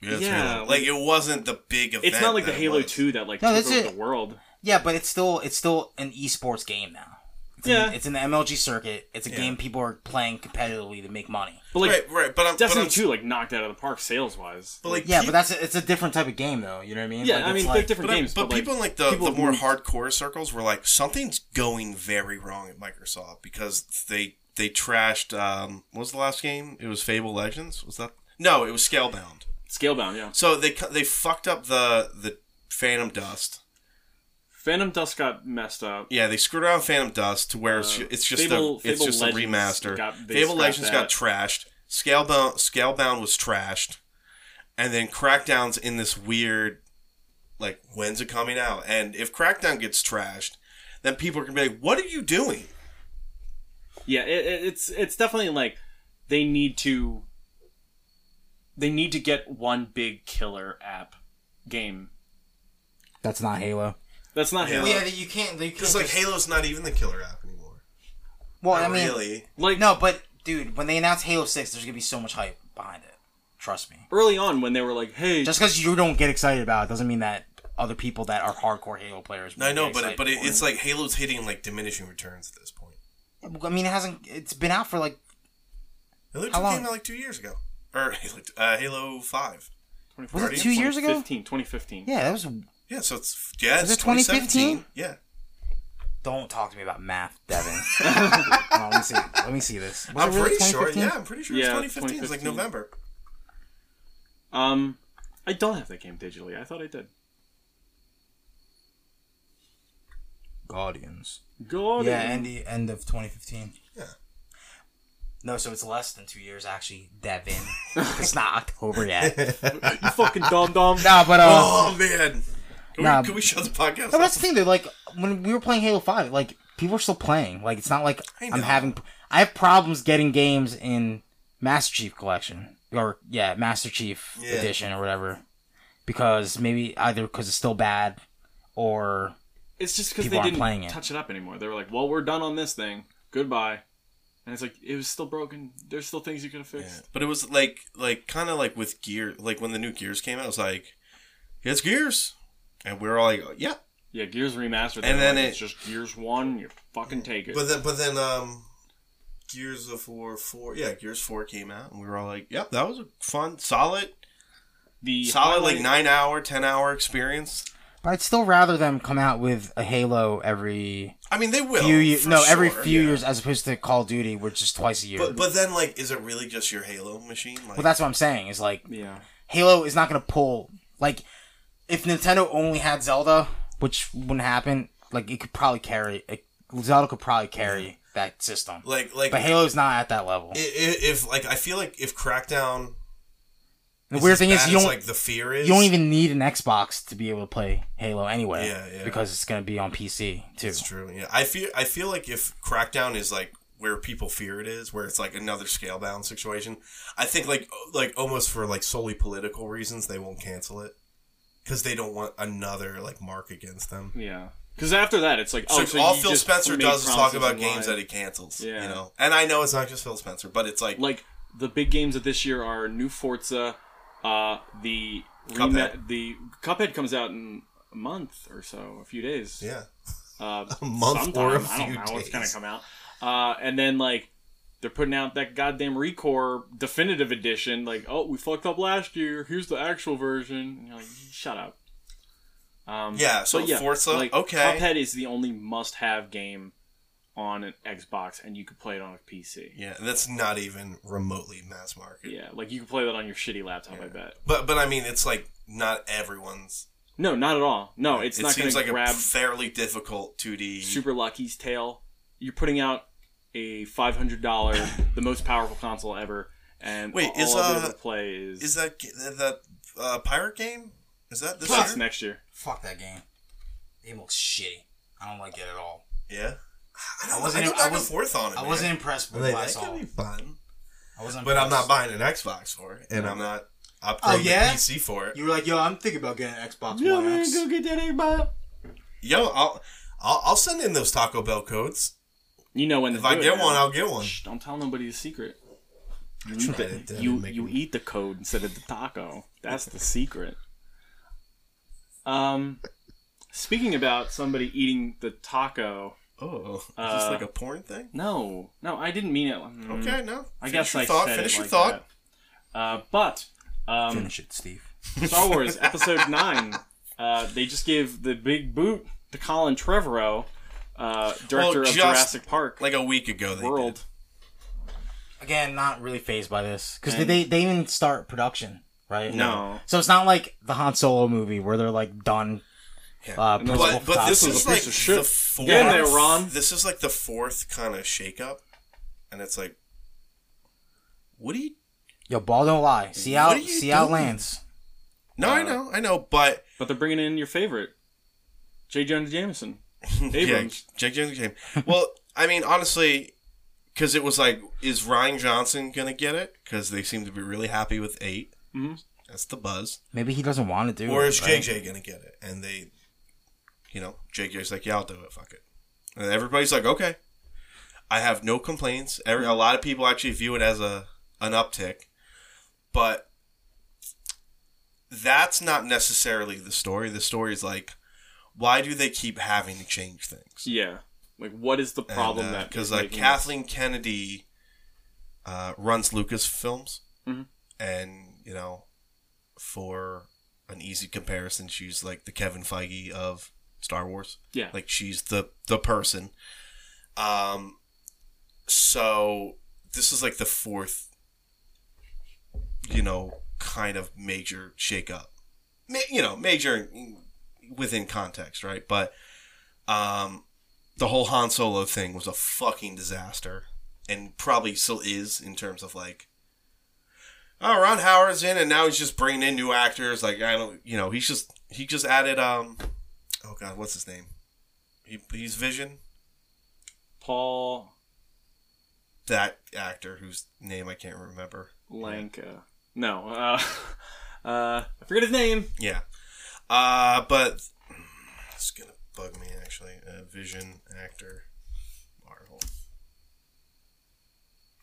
yeah, it's Yeah, Halo. like it wasn't the big event. It's not like the that it Halo was. Two that like No, took that's over it. the world. Yeah, but it's still it's still an esports game now. It's Yeah. in, it's in the MLG circuit. It's a game people are playing competitively to make money. But like right, right, but I'm, but Destiny I'm- Two like knocked out of the park sales wise. but like Yeah, peop- but that's a, it's a different type of game though. You know what I mean? Yeah, Like, I it's mean like- they're different but, I- games, but, but, like, people in like the, people the more who- hardcore circles were like something's going very wrong at Microsoft because they they trashed um what was the last game? It was Fable Legends. Was that no? It was Scalebound. Scalebound, yeah. So they cu- they fucked up the the Phantom Dust. Phantom Dust got messed up. Yeah, they screwed around Phantom Dust to where it's, Uh, ju- it's just Fable- a it's Fable just a Legends remaster. got- they Fable scrapped Legends that. got trashed. Scalebound Scalebound was trashed, and then Crackdown's in this weird like when's it coming out? And if Crackdown gets trashed, then people are gonna be like, "What are you doing?" Yeah, it, it, it's it's definitely like they need to they need to get one big killer app game. that's not Halo. That's not Halo. Yeah, you can't. You can't It's like Halo's not even the killer app anymore. well, I mean, really? Like no, but dude, when they announce Halo Six, there's gonna be so much hype behind it. Trust me. early on when they were like, "Hey, Just because you don't get excited about it doesn't mean that other people that are hardcore Halo players. No, I won't know, get but it, excited but it, for it's like Halo's hitting like diminishing returns at this point. I mean, it hasn't. It's been out for like Halo 2 How long? came out like two years ago, or Halo, uh, Halo Five. was it Guardians? two years ago? 2015, 2015. Yeah, that was. Yeah, so it's yeah, Was it's it 2017. 2015? Yeah. Don't talk to me about math, Devin. Hold on, let me see. Let me see this. Was I'm it really pretty sure. 2015? Yeah, I'm pretty sure Yeah, it's 2015. It's like 2015. November. Um I don't have that game digitally. I thought I did. Guardians. God. Yeah, and the end of 2015. Yeah. No, so it's less than two years actually, Devin. it's not October yet. you fucking dumb dumb. nah, but uh, Oh man. Can, Nah. we, can we shut the podcast? No, but off? that's the thing, though. Like when we were playing Halo Five, like people are still playing. Like it's not like I'm having. I have problems getting games in Master Chief Collection or yeah, Master Chief Edition or whatever, because maybe either because it's still bad or It's just because People they aren't didn't playing it. touch it up anymore. They were like, "Well, we're done on this thing. Goodbye." And it's like it was still broken. There's still things you could have fixed. But it was like like kind of like with Gear, like when the new Gears came out, it was like it's Gears. And we are all like, yeah. Yeah, Gears remastered. And then they're like, it- it's just Gears One. You fucking take it. But then, but then, um, Gears of War 4. Yeah, Gears 4 came out. And we were all like, yep, that was a fun, solid, the solid, highlight- like nine hour, 10 hour experience. But I'd still rather them come out with a Halo every I mean, they will. few years. Oh, for No, every sure, few yeah. years, as opposed to Call of Duty, which is twice a year. But, but then, like, is it really just your Halo machine? Like, well, that's what I'm saying. Is like yeah, Halo is not going to pull. Like, if Nintendo only had Zelda, which wouldn't happen, like, it could probably carry. It, Zelda could probably carry that system. like, like, But Halo's not at that level. i- i- if like I feel like if Crackdown, the is weird as thing bad is, you as, don't, like the fear is you don't even need an Xbox to be able to play Halo anyway. Yeah, yeah. Because it's going to be on PC, too. It's true. Yeah, I feel I feel like if Crackdown is like where people fear it is, where it's like another scale bound situation, I think like like almost for like solely political reasons they won't cancel it because they don't want another like mark against them. yeah. Because after that, it's like oh, So, so all you Phil just Spencer made does is talk promises about and games lied. that he cancels. Yeah. You know, and I know it's not just Phil Spencer, but it's like, like the big games of this year are new Forza, uh, the Cuphead. rema- the Cuphead comes out in a month or so, a few days. yeah, uh, A month or a I don't few know. It's gonna days. come out. Uh, and then like they're putting out that goddamn Recore definitive edition. Like, oh, we fucked up last year. Here's the actual version. And you're like, shut up. Um, Yeah, so but Forza, like, okay. Cuphead is the only must-have game on an Xbox, and you could play it on a PC. yeah, that's not even remotely mass market. Yeah, like you could play that on your shitty laptop. I bet. But but I mean, it's like not everyone's. No, not at all. No, it's it not going seems to like grab a fairly difficult 2D. Super Lucky's tail. You're putting out a five hundred dollar, the most powerful console ever, and Wait, all is, I'll be uh, able to play is, Is that that uh, pirate game? Is that this that's year? next year. Fuck that game. It looks shitty. I don't like it at all. Yeah. I, don't, I I wasn't- go I back and was- forth on it. I man. wasn't impressed with Like, what I that saw. could be fun, I wasn't but I'm not impressed. buying an Xbox for it, and I'm not upgrading Oh, yeah? the PC for it. You were like, yo, I'm thinking about getting an Xbox One X. get that aimbot. Yo, I'll, I'll I'll send in those Taco Bell codes. You know when to If I do it get now. one, I'll get one. Shh, don't tell nobody the secret. You eat tried the, it, didn't you, make you me- eat the code instead of the taco. That's the secret. Um, speaking about somebody eating the taco. Oh, is Uh, this like a porn thing? No, no, I didn't mean it. Mm, Okay, no. I Finish guess your I thought. said Finish it your like thought. that. Uh, but um, Finish it, Steve. Star Wars Episode Nine. Uh, they just gave the big boot to Colin Trevorrow, uh, director Well, of just Jurassic Park like a week ago, they World. Again, not really phased by this because And- they they even start production, right? No. So it's not like the Han Solo movie where they're like done. Uh, And they're principal But but this photography. is a like piece of shit. the fourth. Get in there, Ron. This is like the fourth kind of shakeup, and it's like, what do you? yo ball don't lie. See how are you see how it doing? lands. No, I know, I know, but But they're bringing in your favorite, J. Jones Jameson, Abrams. Yeah, Jake Jones came. Well, I mean, honestly, because it was like, is Ryan Johnson gonna get it? Because they seem to be really happy with 8 Mhm. That's the buzz. Maybe he doesn't want to do. or it, is right? JJ gonna get it? And they, you know, JJ's like, yeah, I'll do it. Fuck it. And everybody's like, okay. I have no complaints. Every, a lot of people actually view it as a an uptick, but that's not necessarily the story. The story is like, why do they keep having to change things? Yeah. Like, what is the problem and, that because is like making Kathleen Kennedy uh, runs Lucasfilms, Mhm. and you know, for an easy comparison, she's like the Kevin Feige of Star Wars. this- Yeah. Like she's the the person. Um, so this is like the fourth, you know, kind of major shakeup. Ma- you know, major within context, right? But um, the whole Han Solo thing was a fucking disaster, and probably still is in terms of like. Oh, Ron Howard's in, and now he's just bringing in new actors. Like I don't, you know, he's just he just added um, oh god, what's his name? He, he's Vision, Paul that actor whose name I can't remember. Lanka. No. Uh, uh, I forget his name. Yeah, uh, but it's gonna bug me actually. Uh, Vision actor, Marvel.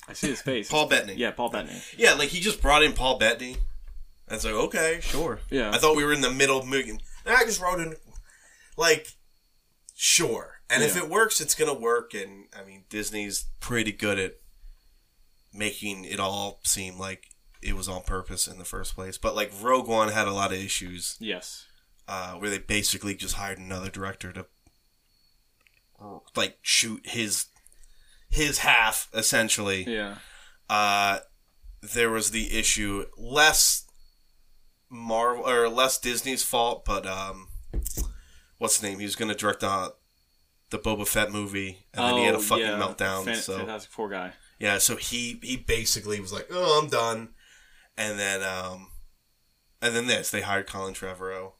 I see his face. Paul Bettany. Yeah, Paul Bettany. Yeah, like he just brought in Paul Bettany And it's like, okay, sure. Yeah. I thought we were in the middle of moving. And I just wrote in, like, sure. And if Yeah. it works, it's going to work. And, I mean, Disney's pretty good at making it all seem like it was on purpose in the first place. But, like, Rogue One had a lot of issues Yes. uh, where they basically just hired another director to, like, shoot his his half, essentially Yeah. uh, there was the issue less Marvel or less Disney's fault, but um, what's his name? He was going to direct uh, the Boba Fett movie, and then he had a fucking Oh, yeah. meltdown. Fan- so Fantastic Four guy. yeah, so he he basically was like, "Oh, I'm done," and then um, and then this they hired Colin Trevorrow,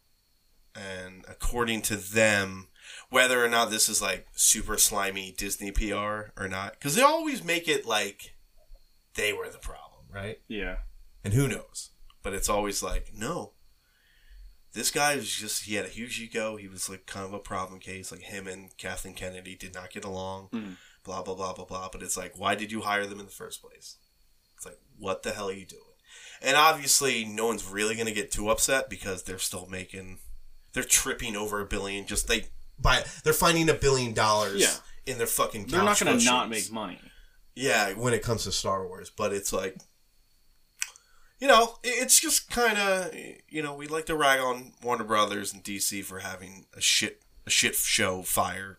and according to them, whether or not this is like super slimy Disney PR or not, because they always make it like they were the problem, right? Yeah. And who knows? But it's always like, no. This guy was just, he had a huge ego. He was like kind of a problem case. Like him and Kathleen Kennedy did not get along. Mm. Blah, blah, blah, blah, blah. But it's like, why did you hire them in the first place? It's like, what the hell are you doing? And obviously, no one's really going to get too upset because they're still making, they're tripping over a billion. Just they, By they're finding a billion dollars. Yeah. in their fucking They're not couch going to not cushions. make money. Yeah, When it comes to Star Wars, but it's like you know i- it's just kind of you know we like to rag on warner brothers and dc for having a shit a shit show fire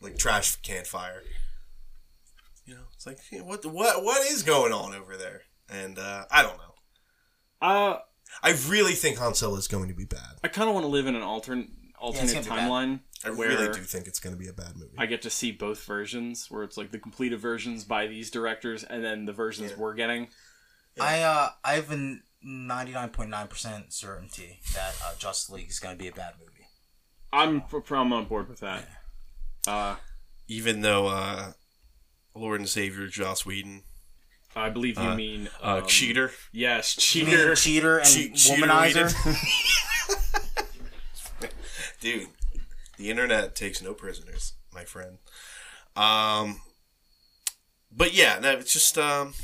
like trash can fire you know it's like hey, what what what is going on over there and uh i don't know Uh, i really think Han Solo is going to be bad. I kind of want to live in an alternate alternate gonna be bad. timeline i where really I do think it's going to be a bad movie. I get to see both versions, where it's like the completed versions by these directors, and then the versions we're getting. I uh, I have a ninety nine point nine percent certainty that uh, Justice League is going to be a bad movie. I'm pr- I'm on board with that. Uh, even though uh lord and savior joss whedon I believe you mean uh um, cheater Yes, You mean cheater. cheater and Che- cheater womanizer. dude the internet takes no prisoners my friend um but yeah no it's just um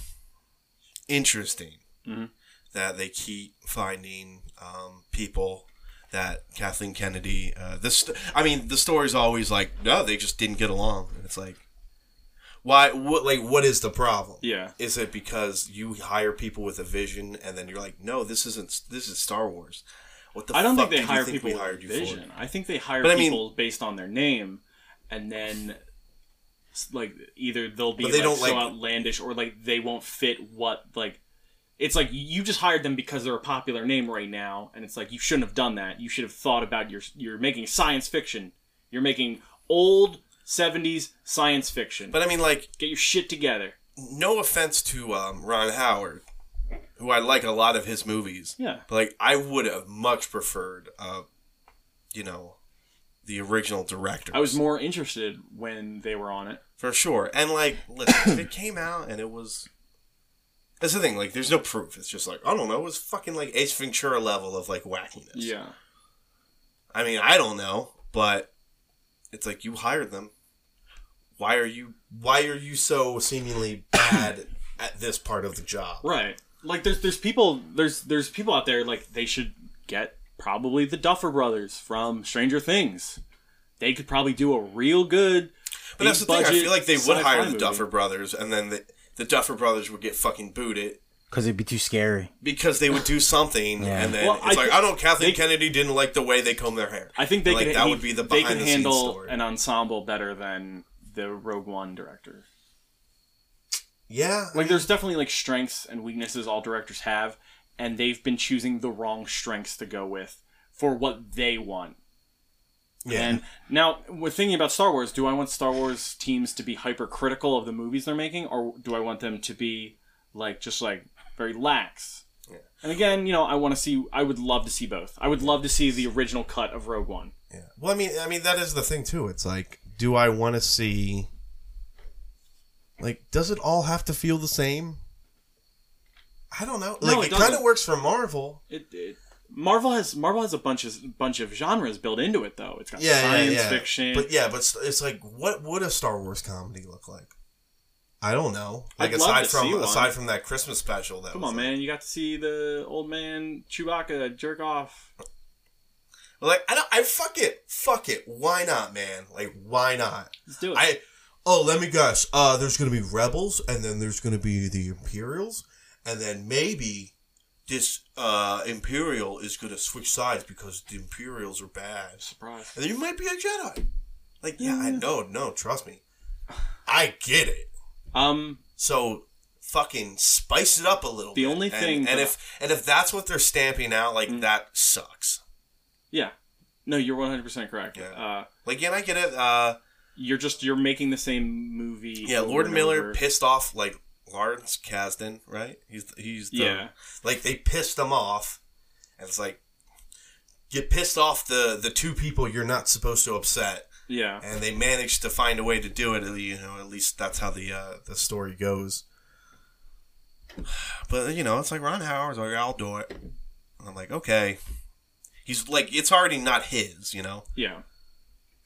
interesting Mhm. that they keep finding um people that kathleen kennedy uh this i mean the story's always like no they just didn't get along and it's like why what like what is the problem Yeah, is it because you hire people with a vision and then you're like no this isn't this is star wars what the I don't think fuck they did you hire think people we with hired a you for vision. I think they hire But I mean- people based on their name, and then s- like either they'll be But they like, don't so like- outlandish or like they won't fit what like. It's like you just hired them because they're a popular name right now, and it's like you shouldn't have done that. You should have thought about your you're making science fiction. You're making old seventies science fiction. But I mean, like, Get your shit together. no offense to um, Ron Howard, who I like a lot of his movies. Yeah. But like, I would have much preferred, uh, you know, the original director. I was more interested when they were on it. for sure. And like, listen, if it came out and it was. That's the thing. Like, there's no proof. It's just like I don't know. It was fucking like Ace Ventura level of like wackiness. Yeah. I mean, I don't know, but it's like you hired them. Why are you? Why are you so seemingly bad at this part of the job? Right. Like there's there's people there's there's people out there like they should get probably the Duffer Brothers from Stranger Things. They could probably do a real good. But that's the thing. I big-budget feel like they would sci-fi hire the movie. Duffer Brothers, and then the, the Duffer Brothers would get fucking booted. Because it'd be too scary. because they would do something, Yeah. and then Well, it's I like think I don't. Kathleen they- Kennedy didn't like the way they comb their hair. I think they like could that he- would be the they could behind the scenes handle story. an ensemble better than the Rogue One director. Yeah. Like there's definitely like strengths and weaknesses all directors have, and they've been choosing the wrong strengths to go with for what they want. Yeah. And now we're thinking about Star Wars. Do I want Star Wars teams to be hypercritical of the movies they're making, or do I want them to be like just like very lax? And again, you know, I want to see. I would love to see both. I would love to see the original cut of Rogue One. Yeah. Well, I mean, I mean that is the thing too. It's like, do I want to see? Like, does it all have to feel the same? I don't know. Like, No, it it, kind of doesn't. works for Marvel. It, it Marvel has Marvel has a bunch of bunch of genres built into it, though. It's got Yeah, science yeah, yeah. fiction. But yeah, but it's, it's like, what would a Star Wars comedy look like? I don't know. I'd Like love aside to see from one. aside from that Christmas special, that Come was on, man. You got to see the old man Chewbacca jerk off. Like I don't. I fuck it. Fuck it. Why not, man? Like why not? Let's do it. I. Oh, let me guess. Uh, there's gonna be rebels, and then there's gonna be the Imperials, and then maybe this uh Imperial is gonna switch sides because the Imperials are bad, Surprise. and then you might be a Jedi. Like yeah, I know. No, trust me. I get it. Um, So fucking spice it up a little. The bit. only And- thing that- and Mm. if and if that's what they're stamping out, like that sucks. yeah. No, you're 100% correct. Yeah. Uh, Like, yeah, I get it. Uh, you're just, you're making the same movie. yeah, over Lord and Miller over. pissed off like Lawrence Kasdan, right? He's he's the, Yeah. Like they pissed him off, and it's like you pissed off the the two people you're not supposed to upset, Yeah. and they managed to find a way to do it. You know, at least that's how the uh, the story goes. But you know, it's like Ron Howard's like, I'll do it. And I'm like, okay. He's like, it's already not his, you know. Yeah.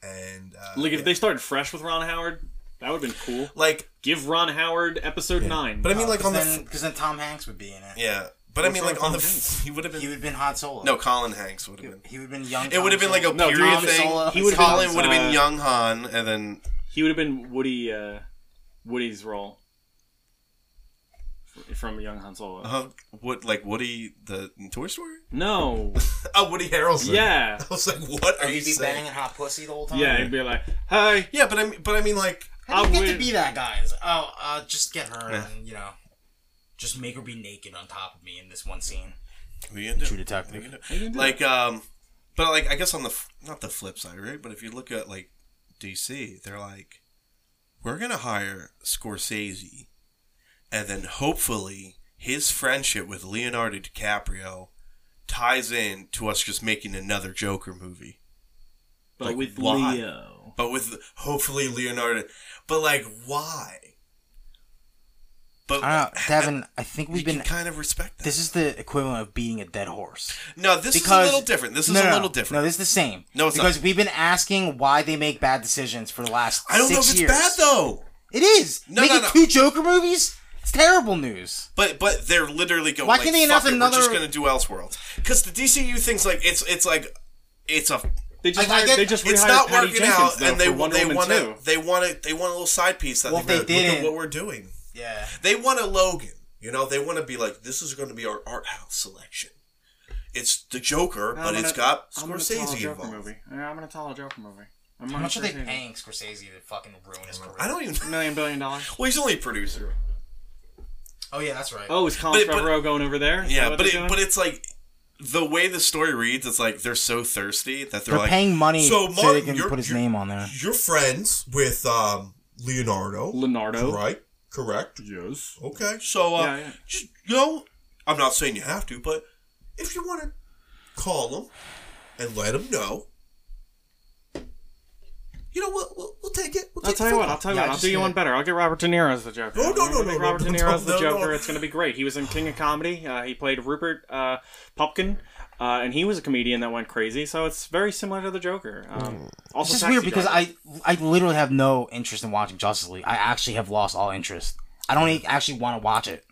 And uh, Like, if yeah. they started fresh with Ron Howard, that would have been cool. like, Give Ron Howard episode 9. but I mean, like on the Because then, 'cause then Tom Hanks would be in it. Yeah, but I mean, wrong like on the with Tom he would have He been would have been Han Solo. no Colin Hanks would have been. He would have been young. It would have been like a No, period Tom thing. Solo. He would've been- Colin would have uh, been young Han, and then he would have been Woody, uh, Woody's role F- from Young Han Solo. uh, what like Woody the in Toy Story? No. Oh, Woody Harrelson. yeah. I was like, what are He'd you be banging saying? hot pussy the whole time. Yeah, he'd be like, hey, Yeah, but I mean, but I mean, like, How do you I get would- to be that guy? It's like, oh, uh, just get her and you know, just make her be naked on top of me in this one scene. we end True up, Detective. like, um, but like, I guess on the f- not the flip side, right? But if you look at like DC, they're like, we're gonna hire Scorsese, and then hopefully his friendship with Leonardo DiCaprio ties in to us just making another Joker movie. but like, with why? Leo. But with hopefully Leonardo, but like why? But I don't know, Devin. I think you we've been. can kind of respect that. This is the equivalent of beating a dead horse. no, this is a little different. This is No, no, a no. little different. No, this is the same. No, it's not. because we've been asking why they make bad decisions for the last. I don't know if six it's years. bad though. It is. No, Making no, no. two Joker movies. It's terrible news. But but they're literally going. Why like, can't they announce "Fuck it, We're just another- going to do Elseworlds because the DCU thing's like it's it's like it's a They just, I- I hired, get- they just rehired it's not Patty working Jenkins, out, though, and they for want Wonder they Woman want too. to they want to they want a little side piece that Well, they if they look at didn't- what we're doing. Yeah. They want a Logan. You know, they want to be like, this is going to be our art house selection. It's the Joker, I'm but gonna- it's got I'm gonna tell a Scorsese Joker involved. Movie. Yeah, I'm gonna tell a Joker movie. I'm How gonna much are they Scorsese. paying Scorsese to fucking ruin his career? I don't even. Million billion dollars. Well, he's only producer. Oh yeah, that's right. Oh, is Colin But it- but- Trevorrow going over there? Is that Yeah, what but they're it, doing? but it's like the way the story reads. It's like they're so thirsty that they're, They're like paying money So, so, they Martin, can you're- put his you're- name on there. You're friends with um, Leonardo, Leonardo. right? Correct. Yes. Okay, so uh, Yeah, yeah. Just, you know, I'm not saying you have to, but if you want to call them and let them know, you know what? We'll, we'll take it. We'll I'll take tell the you phone what. I'll call. tell you Yeah, what. I I'll just do you did. one better. I'll get Robert De Niro as the Joker. No, no, I'm gonna no, make no, Robert no, De Niro no, as the no, no. Joker. It's gonna be great. He was in King of Comedy. Uh, he played Rupert uh, Pupkin, uh, and he was a comedian that went crazy. So it's very similar to the Joker. Um, also, It's just Taxi weird because Driver. I I literally have no interest in watching Justice League. I actually have lost all interest. I don't e- actually want to watch it.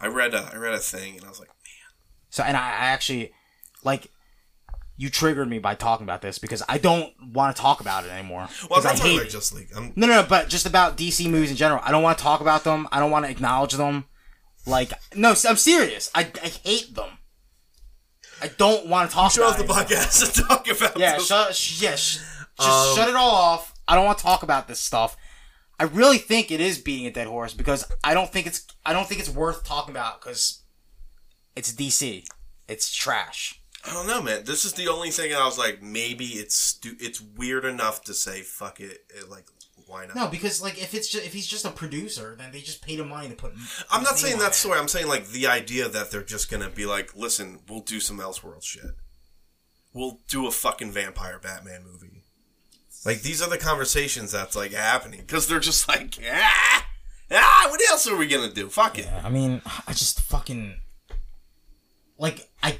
I read a, I read a thing and I was like, So and I, I actually like you triggered me by talking about this because I don't want to talk about it anymore. well, I'm Because I not talking hate about it. Just League. I'm, No, no, no, but just about DC movies in general. I don't want to talk about them. I don't want to acknowledge them. Like, no, I'm serious. I, I hate them. I don't want to talk shut off about the it. podcast and talk about Yeah, this. shut, sh- um, yeah, sh- just shut it all off. I don't want to talk about this stuff. I really think it is beating a dead horse because I don't think it's I don't think it's worth talking about because it's DC. It's trash. I don't know, man. This is the only thing I was like, maybe it's stu- it's weird enough to say fuck it. it like, why not? No, because like if it's just, if he's just a producer, then they just paid him money to put. I'm not his saying name on that's it. the way. I'm saying like the idea that they're just gonna be like, listen, we'll do some Elseworld shit. We'll do a fucking vampire Batman movie. Like these are the conversations that's like happening because they're just like, ah, ah, what else are we gonna do? Fuck it. I mean, I just fucking like I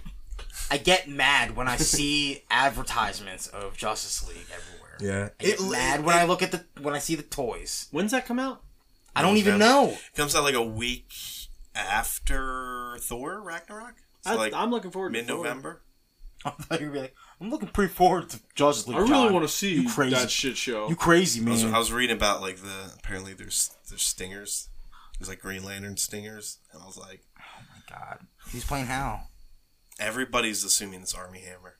I get mad when I see advertisements of Justice League everywhere. Yeah, I get mad when I look at the when I see the toys. When's that come out? I don't even Yeah. know. Comes out like a week after Thor Ragnarok. It's I, like I'm looking forward to mid November. I thought you were like, I'm looking pretty forward to Justice League. Thor. I really John. want to see you crazy. that shit show. You crazy I man. was, I was reading about like the apparently there's there's stingers. There's like Green Lantern stingers, and I was like, God, he's playing Hal. everybody's assuming it's Army Hammer.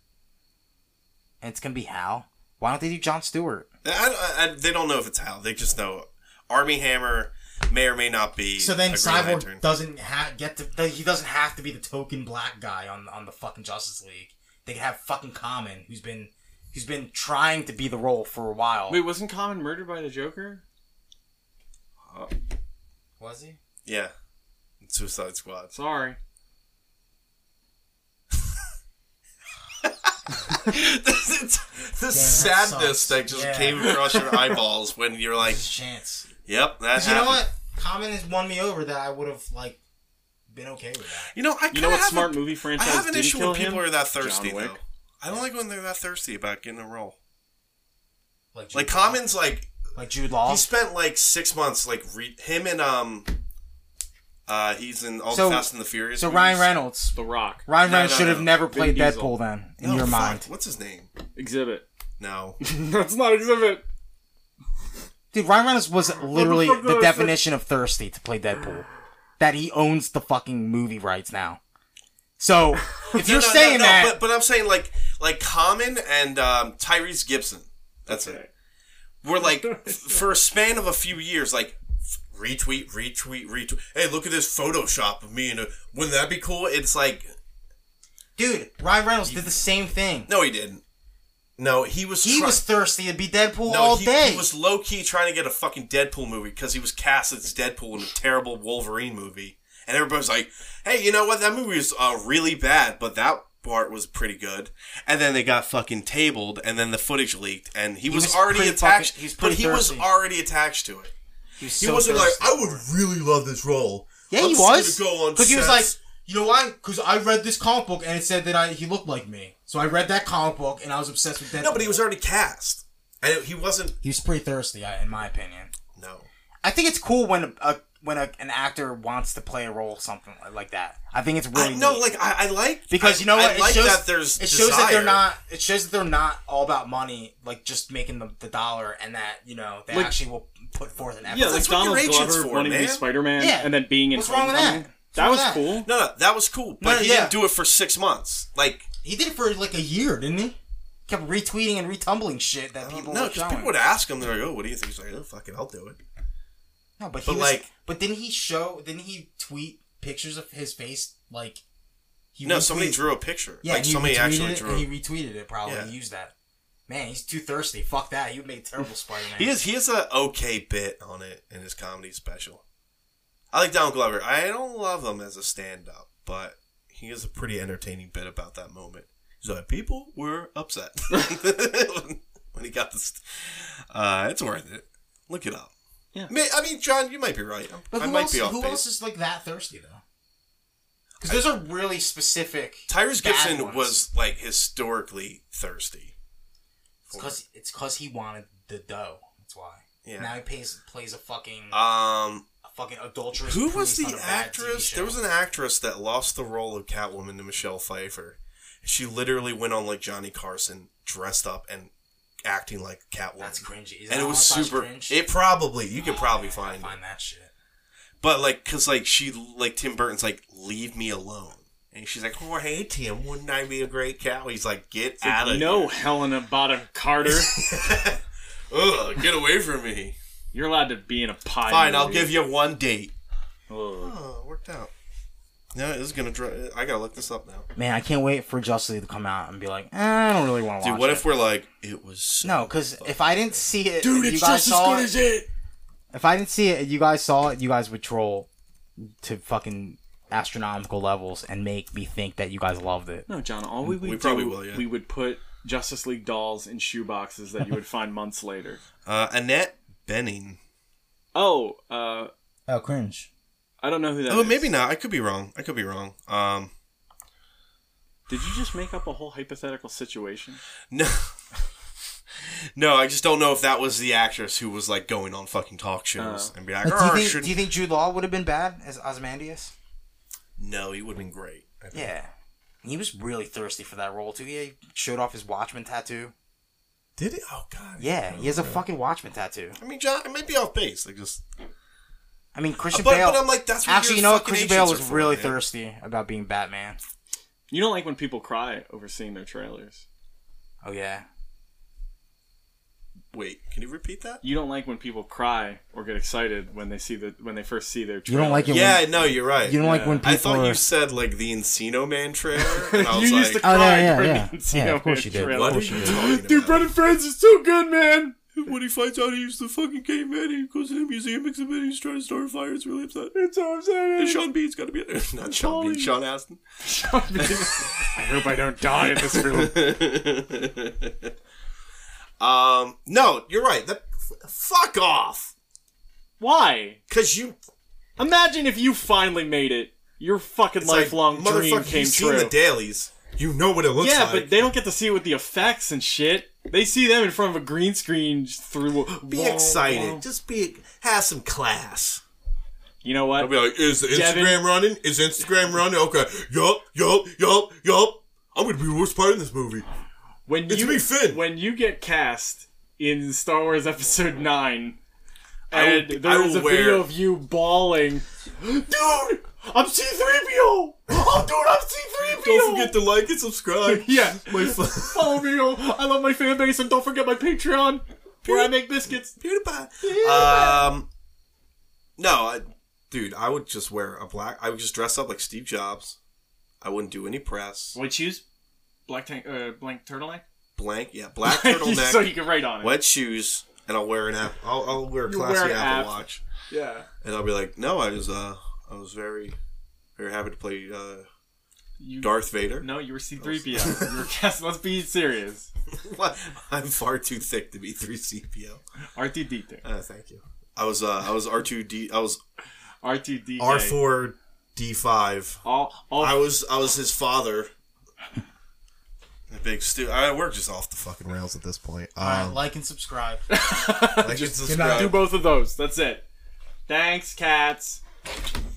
And it's gonna be Hal. Why don't they do John Stewart? I, I, I- they don't know if it's Hal. They just know Army Hammer may or may not be. So a then Green Cyborg Lantern. doesn't ha- get to. th- He doesn't have to be the token black guy on on the fucking Justice League. They could have fucking Common, who's been who's been trying to be the role for a while. Wait, wasn't Common murdered by the Joker? Was he? Yeah, Suicide Squad. Sorry. the that sadness sucks. that just Yeah. came across your eyeballs when you're like, His chance. "Yep, that 'Cause you know happened." what? Common has won me over that I would have like been okay with that. You know, I You kinda know what have smart a- movie I franchise have an didn't issue kill when people him? are that thirsty John Wick. though. I don't like when they're that thirsty about getting a role. Like, Like Jude Law. Common's like like Jude Law. he spent like six months like re- him and um uh he's in all So- the Fast and the Furious. So Ryan movies. Reynolds. The Rock. Ryan No, Reynolds no, should no. have never Vin played Diesel. Deadpool then, in No, your fuck. mind. What's his name? Exhibit. No. That's not exhibit. Dude, Ryan Reynolds was literally fuck the is that? definition of thirsty to play Deadpool. That he owns the fucking movie rights now. So, if No, you're no, no, saying no, that, but, but I'm saying like like Common and um, Tyrese Gibson. That's it. We're like f- for a span of a few years, like f- retweet, retweet, retweet. Hey, look at this Photoshop of me and a, wouldn't that be cool? It's like dude, Ryan Reynolds did the same thing. no, he didn't. No, he was He try- was thirsty to be Deadpool no, all he, day. he was low key trying to get a fucking Deadpool movie because he was cast as Deadpool in a terrible Wolverine movie, and everybody's like, "Hey, you know what? That movie was uh, really bad, but that." Part was pretty good, and then they got fucking tabled, and then the footage leaked, and he, was, was already pretty attached. fucking- he was but pretty he was thirsty. already attached to it. He was He so wasn't thirsty. like, "I would really love this role. Yeah, I'm he just was. gonna go on Because he was like, sets. you know why? Because I read this comic book and it said that I he looked like me. So I read that comic book and I was obsessed with Deadpool. No, but he was already cast, and it- he wasn't. He was pretty thirsty, I- in my opinion. No, I think it's cool when a, a when a, an actor wants to play a role, something like that. I think it's really I, no, neat. like I, I like because I- you know what? I like it shows that there's it shows that desire. they're not it shows that they're not all about money, like just making the, the dollar, and that you know they Like- actually will put forth an effort. Yeah, like That's what your Donald agent's Glover for, wanting to be man. Spider Man Yeah. and then being in What's wrong with Homecoming. that? What's That wrong was with that? cool. No, no, that was cool, but No, he yeah. didn't do it for six months. Like he did it for like a year, didn't he? Kept retweeting and retumbling shit that people Uh, no, were because showing. people would ask him, they're like, "Oh, what do you think?" He's like, "Oh, fucking, I'll do it." No, but he But, was, like- but didn't he show? Didn't he tweet pictures of his face? Like he no, somebody retweeted- drew a picture. Yeah, like he somebody retweeted actually it, drew. and He, He retweeted it. Probably Yeah. He used that. Man, he's too thirsty. Fuck that. He would make terrible Spider Man. he is he has a okay bit on it in his comedy special. I like Donald Glover. I don't love him as a stand-up, but he has a pretty entertaining bit about that moment. He's like, "People were upset when he got this." Uh, it's worth it. Look it up. Yeah. May- I mean, John, you might be right. I'm- But I who might else, be off who base. else is like that thirsty though? Because those are really specific. Tyrese bad Gibson ones. was like historically thirsty. It's cause it's cause he wanted the dough. That's why. Yeah. Now he pays plays a fucking Um, a fucking adulterous. who was priest the on a bad TV actress? show. There was an actress that lost the role of Catwoman to Michelle Pfeiffer. She literally went on like Johnny Carson, dressed up and acting like Catwoman. That's cringy. Is that and it was Hot Fuzz super. Cringe? It probably you could probably find, it. Oh, find that shit. but like because like she like Tim Burton's like leave me alone, and she's like, oh hey Tim, wouldn't I be a great cow? He's like, get out of No, Helena Bottom Carter. Ugh, get away from me. You're allowed to be in a pie. Fine, I'll movie. give you one date. Ugh. Oh, it worked out. No, it is gonna. Dry, I gotta look this up now, Man, I can't wait for Justice League to come out and be like, eh, I don't really want to watch dude. What it. if we're like, it was so no, because if I didn't see it, Dude, if it's you just guys as saw good it- as it. If I didn't see it, you guys saw it, you guys would troll to fucking astronomical levels and make me think that you guys loved it. No, John. All we would Mm, We do, probably will, yeah. we would put Justice League dolls in shoeboxes that you would find months later. Uh, Annette Benning. Oh, uh, Oh, cringe. I don't know who that Oh, is. maybe not. I could be wrong. I could be wrong. Um, Did you just make up a whole hypothetical situation? no, No, I just don't know if that was the actress who was like going on fucking talk shows and be like, Like, Uh. do, you "Arr, think, shouldn't-" do you think Jude Law would have been bad as Ozymandias? no, he would have been great. Yeah. He was really thirsty for that role too. He showed off his Watchman tattoo. Did it? Oh god. Yeah, he has a fucking Watchman tattoo. I mean, John, I might be off base. Like, just I mean, Christian but- Bale. but I'm like, that's what actually, your you know what? fucking Christian agents Bale was are for, really man. thirsty about being Batman. You don't like when people cry over seeing their trailers. Oh yeah, wait, can you repeat that? You don't like when people cry or get excited when they see the when they first see their you trailer. don't like it. Yeah, when, no, you're right. you don't like when people. I thought are- you said like the Encino Man trailer, and I You was used to like, cry Oh, yeah, during yeah, the yeah. Encino Yeah, of course you Man did. trailer. "What are you talking Dude, about?" Brendan Friends is so good, man. When he finds out he's the fucking gay man, he goes to the museum exhibit. He's trying to start a fire. It's really upset. It's so And upsetting. Sean Bean's got to be there. Not Sean Bean, Sean Astin. I hope I don't die in this room. Um, no, You're right. That f- fuck off. Why? Cause you Imagine if you finally made it. Your fucking like, lifelong dream motherfucker, came you've seen true. the dailies. You know what it looks yeah, like. but they don't get to see it with the effects and shit. They see them in front of a green screen just through. be excited. Just be have some class. You know what? I'll be like, is the Devin- Instagram running? Is Instagram running? Okay. Yup, yup, yup, yup. I'm gonna be the worst part in this movie. When It's you me, Finn. when you get cast in Star Wars Episode Nine, will- and I there is will a video wear- of you bawling, dude, I'm C-3PO. Oh, dude, I'm C-3PO. Don't forget to like and subscribe. Yeah. My fu- follow me. oh, I love my fan base, and don't forget my Patreon where I make biscuits. PewDiePie. um, no, I, dude, I would just wear a black. I would just dress up like Steve Jobs. I wouldn't do any press. White shoes, black tank, uh, blank turtleneck. Blank, yeah, black so turtleneck, you can write on it. wet shoes, and I'll wear an app. I'll, I'll wear a You'll wear classy an app. Apple Watch, Yeah. and I'll be like, no, I was, uh, I was very, very happy to play uh, You, Darth Vader. No, you were C-3PO. you were cast. Let's be serious. What? I'm far too thick to be three CPO. R2D2. Uh, thank you. I was, uh, I was R two D. I was R2D. R four D five. All, all I was I was his father. a big stu. I worked just off the fuck. Fucking rails at this point. Alright, Um, like and subscribe. like and subscribe. do both of those. That's it. Thanks, cats.